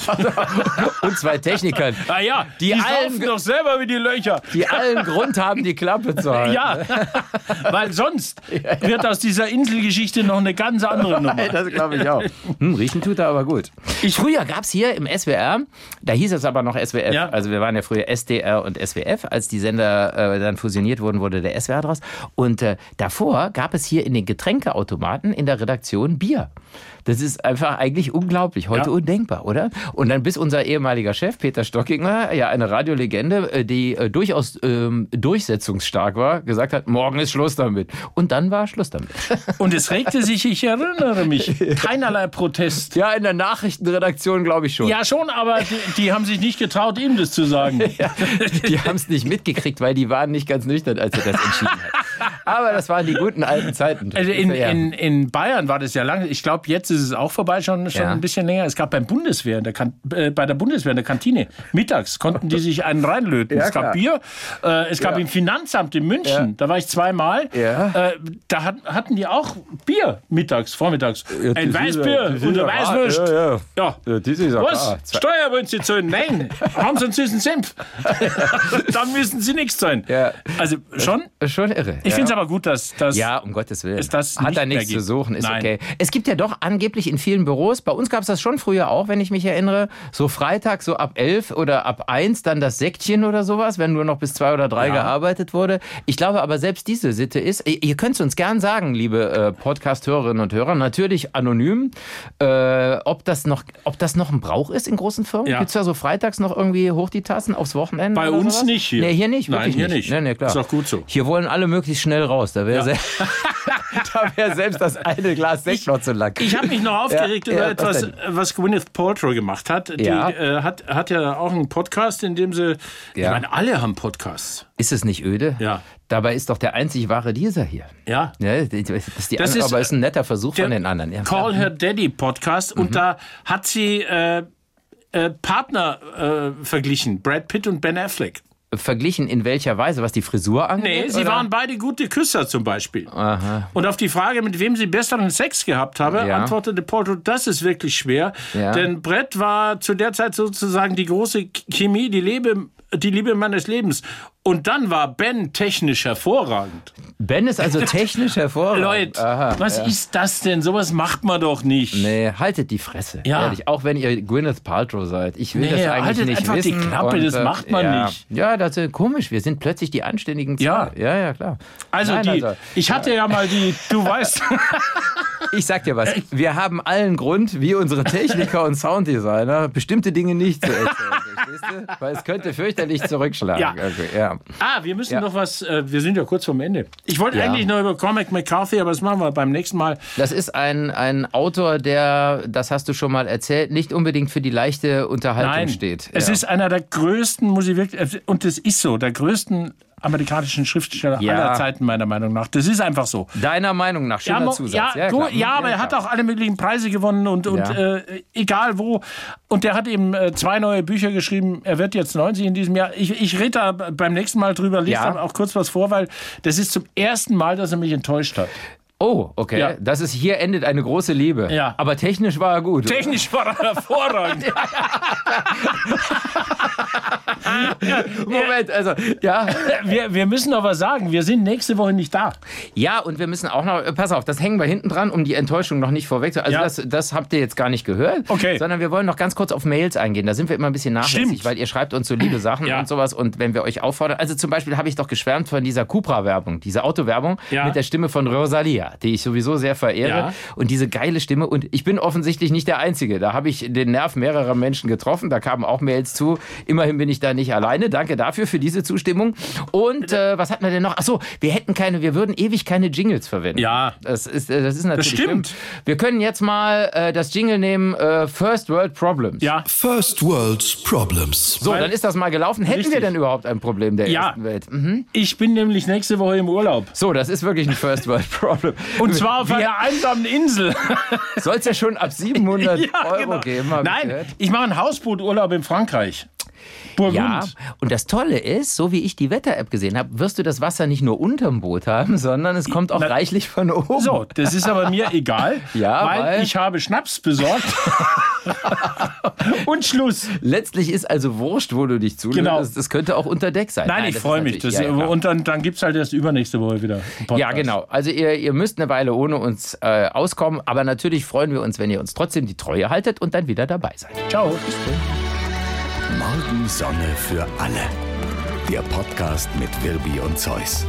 [SPEAKER 3] Und zwei Technikern,
[SPEAKER 4] Naja,
[SPEAKER 3] Ah Die allen-
[SPEAKER 4] saufen doch selber wie die Löcher.
[SPEAKER 3] die allen Grund haben, die Klappe zu halten.
[SPEAKER 4] Ja, weil sonst wird aus dieser Inselgeschichte noch eine ganz andere Nummer.
[SPEAKER 3] Das glaube ich auch. Hm, riechen tut er aber gut. früher gab es hier im SWR, da hieß es aber noch SWF,
[SPEAKER 4] Ja.
[SPEAKER 3] also wir waren ja früher SDR und SWF, als die Sender äh, dann fusioniert wurden, wurde der SWR draus. Und äh, davor gab es hier in den Getränkeautomaten in der Redaktion Bier. Das ist einfach eigentlich unglaublich, heute
[SPEAKER 4] Ja.
[SPEAKER 3] undenkbar, oder? Und dann bis unser ehemaliger Chef Peter Stockinger, ja eine Radiolegende, äh, die äh, durchaus ähm, durchsetzungsstark war, gesagt hat, morgen ist Schluss damit. Und dann war Schluss damit.
[SPEAKER 4] Und es regte sich, ich erinnere mich, keinerlei Protest.
[SPEAKER 3] Ja, in der Nachrichtenredaktion glaube ich schon.
[SPEAKER 4] Ja, schon, aber die, die haben sich nicht getraut, ihm das zu sagen.
[SPEAKER 3] Die haben es nicht mitgekriegt, weil die waren nicht ganz nüchtern, als er das entschieden hat. Aber das waren die guten alten Zeiten.
[SPEAKER 4] Also in,
[SPEAKER 3] Ja.
[SPEAKER 4] in, in Bayern war das ja lange. Ich glaube, jetzt ist es auch vorbei, schon, schon
[SPEAKER 3] Ja.
[SPEAKER 4] ein bisschen länger. Es gab beim Bundeswehr, in der kan äh, bei der Bundeswehr in der Kantine, mittags konnten die sich einen reinlöten.
[SPEAKER 3] Ja,
[SPEAKER 4] es gab
[SPEAKER 3] klar.
[SPEAKER 4] Bier, äh, es gab im Finanzamt in München, da war ich zweimal,
[SPEAKER 3] Ja.
[SPEAKER 4] äh, da hat, hatten die auch Bier mittags, vormittags. ein
[SPEAKER 3] das ist ja-
[SPEAKER 4] Weißbier
[SPEAKER 3] das ist
[SPEAKER 4] und ein
[SPEAKER 3] ja klar.
[SPEAKER 4] Weißwürst.
[SPEAKER 3] Ja, ja. Ja, das ist ja
[SPEAKER 4] Was?
[SPEAKER 3] klar. Zwei-
[SPEAKER 4] Steuer wollen Sie zahlen? Nein. Haben Sie einen süßen Senf? Dann müssen Sie nichts zahlen.
[SPEAKER 3] Ja.
[SPEAKER 4] Also schon.
[SPEAKER 3] Schon irre.
[SPEAKER 4] Ich
[SPEAKER 3] ja.
[SPEAKER 4] finde es aber gut, dass, dass
[SPEAKER 3] ja, um Gottes Willen.
[SPEAKER 4] Ist das
[SPEAKER 3] Hat
[SPEAKER 4] nicht
[SPEAKER 3] da
[SPEAKER 4] mehr
[SPEAKER 3] nichts zu
[SPEAKER 4] gibt.
[SPEAKER 3] suchen, ist
[SPEAKER 4] Nein.
[SPEAKER 3] okay. Es gibt ja doch angeblich in vielen Büros, bei uns gab es das schon früher auch, wenn ich mich erinnere, so Freitag, so ab 11 oder ab 1 dann das Säckchen oder sowas, wenn nur noch bis 2 oder 3
[SPEAKER 4] Ja.
[SPEAKER 3] gearbeitet wurde. Ich glaube aber selbst diese Sitte ist, ihr ihr könnt es uns gern sagen, liebe äh, Podcast-Hörerinnen und Hörer, natürlich anonym, äh, ob, das noch, ob das noch ein Brauch ist in großen Firmen.
[SPEAKER 4] Ja.
[SPEAKER 3] Gibt's da so freitags noch irgendwie hoch die Tassen aufs Wochenende?
[SPEAKER 4] Bei
[SPEAKER 3] oder
[SPEAKER 4] uns
[SPEAKER 3] sowas?
[SPEAKER 4] nicht hier.
[SPEAKER 3] Nee, hier nicht.
[SPEAKER 4] Nein,
[SPEAKER 3] wirklich
[SPEAKER 4] hier
[SPEAKER 3] nicht.
[SPEAKER 4] nicht.
[SPEAKER 3] Nee, nee, klar.
[SPEAKER 4] Ist doch gut so.
[SPEAKER 3] Hier wollen alle möglichst schnell raus. Da wäre
[SPEAKER 4] Ja.
[SPEAKER 3] se da wär selbst das eine Glas Sekt noch zu lang.
[SPEAKER 4] Ich habe mich noch aufgeregt
[SPEAKER 3] Ja,
[SPEAKER 4] über
[SPEAKER 3] ja, was
[SPEAKER 4] etwas,
[SPEAKER 3] denn?
[SPEAKER 4] was Gwyneth Paltrow gemacht hat. Die
[SPEAKER 3] Ja.
[SPEAKER 4] äh, hat, hat ja auch einen Podcast, in dem sie. Ich
[SPEAKER 3] Ja.
[SPEAKER 4] meine, alle haben Podcasts.
[SPEAKER 3] Ist es nicht öde?
[SPEAKER 4] Ja.
[SPEAKER 3] Dabei ist doch der einzig wahre dieser hier.
[SPEAKER 4] Ja.
[SPEAKER 3] Ja, das ist die
[SPEAKER 4] Das
[SPEAKER 3] andere,
[SPEAKER 4] ist,
[SPEAKER 3] aber ist ein netter Versuch
[SPEAKER 4] Der
[SPEAKER 3] von den anderen. Ja.
[SPEAKER 4] Call Her Daddy Podcast.
[SPEAKER 3] Mhm.
[SPEAKER 4] Und da hat sie äh, äh, Partner äh, verglichen: Brad Pitt und Ben Affleck.
[SPEAKER 3] Verglichen in welcher Weise, was die Frisur angeht?
[SPEAKER 4] Nee, sie
[SPEAKER 3] oder?
[SPEAKER 4] waren beide gute Küsser zum Beispiel. Und auf die Frage, mit wem sie besseren Sex gehabt habe,
[SPEAKER 3] Ja.
[SPEAKER 4] antwortete Porto, das ist wirklich schwer.
[SPEAKER 3] Ja.
[SPEAKER 4] Denn Brett war zu der Zeit sozusagen die große Chemie, die Liebe, die Liebe meines Lebens. Und dann war Ben technisch hervorragend.
[SPEAKER 3] Ben ist also technisch hervorragend.
[SPEAKER 4] Leute,
[SPEAKER 3] Aha,
[SPEAKER 4] was
[SPEAKER 3] ja.
[SPEAKER 4] ist das denn? Sowas macht man doch nicht.
[SPEAKER 3] Nee, haltet die Fresse.
[SPEAKER 4] Ja.
[SPEAKER 3] Ehrlich, auch wenn ihr Gwyneth Paltrow seid. Ich will
[SPEAKER 4] Nee,
[SPEAKER 3] das eigentlich
[SPEAKER 4] haltet
[SPEAKER 3] nicht
[SPEAKER 4] einfach die
[SPEAKER 3] wissen.
[SPEAKER 4] Klappe, das
[SPEAKER 3] äh,
[SPEAKER 4] macht man
[SPEAKER 3] ja.
[SPEAKER 4] nicht.
[SPEAKER 3] Ja, das ist komisch. Wir sind plötzlich die anständigen zwei.
[SPEAKER 4] Ja.
[SPEAKER 3] ja, ja, klar.
[SPEAKER 4] Also,
[SPEAKER 3] Nein,
[SPEAKER 4] die,
[SPEAKER 3] also,
[SPEAKER 4] ich hatte ja mal die, du weißt,
[SPEAKER 3] Ich sag dir was, wir haben allen Grund, wie unsere Techniker und Sounddesigner, bestimmte Dinge nicht zu erzählen. verstehst du? Weil es könnte fürchterlich zurückschlagen.
[SPEAKER 4] Ja.
[SPEAKER 3] Okay, ja.
[SPEAKER 4] Ah, wir müssen
[SPEAKER 3] Ja.
[SPEAKER 4] noch was, äh, wir sind ja kurz vorm Ende. Ich wollte
[SPEAKER 3] Ja.
[SPEAKER 4] eigentlich noch über Cormac McCarthy, aber das machen wir beim nächsten Mal.
[SPEAKER 3] Das ist ein, ein Autor, der, das hast du schon mal erzählt, nicht unbedingt für die leichte Unterhaltung
[SPEAKER 4] Nein,
[SPEAKER 3] steht.
[SPEAKER 4] es
[SPEAKER 3] ja.
[SPEAKER 4] ist einer der größten, muss ich wirklich, äh, und das ist so, der größten amerikanischen Schriftsteller
[SPEAKER 3] Ja.
[SPEAKER 4] aller Zeiten, meiner Meinung nach. Das ist einfach so.
[SPEAKER 3] Deiner Meinung nach, schöner
[SPEAKER 4] mo-
[SPEAKER 3] Zusatz.
[SPEAKER 4] ja,
[SPEAKER 3] klar.
[SPEAKER 4] gut, ja, aber er hat
[SPEAKER 3] klar.
[SPEAKER 4] auch alle möglichen Preise gewonnen und, und
[SPEAKER 3] Ja.
[SPEAKER 4] äh, egal wo. Und der hat eben äh, zwei neue Bücher geschrieben. Er wird jetzt 90 in diesem Jahr. Ich, ich rede da beim nächsten Mal drüber, lese
[SPEAKER 3] Ja.
[SPEAKER 4] da auch kurz was vor, weil das ist zum ersten Mal, dass er mich enttäuscht hat.
[SPEAKER 3] Oh, okay.
[SPEAKER 4] Ja.
[SPEAKER 3] Das ist hier endet eine große Liebe.
[SPEAKER 4] Ja.
[SPEAKER 3] Aber technisch war er gut.
[SPEAKER 4] Technisch war er hervorragend.
[SPEAKER 3] Moment, also, ja.
[SPEAKER 4] Wir, wir müssen aber sagen, wir sind nächste Woche nicht da.
[SPEAKER 3] Ja, und wir müssen auch noch, äh, pass auf, das hängen wir hinten dran, um die Enttäuschung noch nicht vorweg zu. Also
[SPEAKER 4] Ja.
[SPEAKER 3] das, das habt ihr jetzt gar nicht gehört,
[SPEAKER 4] Okay.
[SPEAKER 3] sondern wir wollen noch ganz kurz auf Mails eingehen. Da sind wir immer ein bisschen nachlässig,
[SPEAKER 4] Stimmt.
[SPEAKER 3] weil ihr schreibt uns so liebe Sachen
[SPEAKER 4] Ja.
[SPEAKER 3] und sowas. Und wenn wir euch auffordern, also zum Beispiel habe ich doch geschwärmt von dieser Cupra-Werbung, diese Autowerbung
[SPEAKER 4] Ja.
[SPEAKER 3] mit der Stimme von Rosalia, die ich sowieso sehr verehre.
[SPEAKER 4] Ja.
[SPEAKER 3] Und diese geile Stimme. Und ich bin offensichtlich nicht der Einzige. Da habe ich den Nerv mehrerer Menschen getroffen. Da kamen auch Mails zu. Immerhin bin ich da nicht nicht alleine. Danke dafür, für diese Zustimmung. Und äh, was hatten wir denn noch? Achso, wir hätten keine, wir würden ewig keine Jingles verwenden.
[SPEAKER 4] Ja.
[SPEAKER 3] Das ist, äh, das ist natürlich
[SPEAKER 4] stimmt.
[SPEAKER 3] schlimm. Wir können jetzt mal äh, das Jingle nehmen, äh, First World Problems.
[SPEAKER 4] Ja,
[SPEAKER 2] First World Problems.
[SPEAKER 3] So, dann ist das mal gelaufen. Hätten wir
[SPEAKER 4] Richtig.
[SPEAKER 3] denn überhaupt ein Problem der
[SPEAKER 4] Ja.
[SPEAKER 3] ersten Welt? Mhm.
[SPEAKER 4] ich bin nämlich nächste Woche im Urlaub.
[SPEAKER 3] So, das ist wirklich ein First World Problem.
[SPEAKER 4] Und zwar auf einer einsamen Insel.
[SPEAKER 3] Soll es ja schon ab 700 Euro
[SPEAKER 4] genau.
[SPEAKER 3] geben. hab ich
[SPEAKER 4] Nein,
[SPEAKER 3] gehört.
[SPEAKER 4] ich mache einen Hausbooturlaub in Frankreich. Burgund.
[SPEAKER 3] Ja, und das Tolle ist, so wie ich die Wetter-App gesehen habe, wirst du das Wasser nicht nur unterm Boot haben, sondern es kommt auch
[SPEAKER 4] Na-
[SPEAKER 3] reichlich von oben.
[SPEAKER 4] So, das ist aber mir egal,
[SPEAKER 3] Ja,
[SPEAKER 4] weil,
[SPEAKER 3] weil-
[SPEAKER 4] ich habe Schnaps besorgt. Und Schluss.
[SPEAKER 3] Letztlich ist also wurscht, wo du dich zulöst.
[SPEAKER 4] Genau.
[SPEAKER 3] Das, das könnte auch unter Deck sein.
[SPEAKER 4] Nein, ich
[SPEAKER 3] das ist
[SPEAKER 4] freue mich.
[SPEAKER 3] natürlich-
[SPEAKER 4] Das,
[SPEAKER 3] ja, ja, klar.
[SPEAKER 4] und dann, dann gibt es halt erst übernächste Woche wieder. einen Podcast.
[SPEAKER 3] Ja, genau. Also ihr, ihr müsst eine Weile ohne uns äh, auskommen, aber natürlich freuen wir uns, wenn ihr uns trotzdem die Treue haltet und dann wieder dabei seid.
[SPEAKER 4] Ciao.
[SPEAKER 2] Morgensonne für alle. Der Podcast mit Wirbi und Zeus.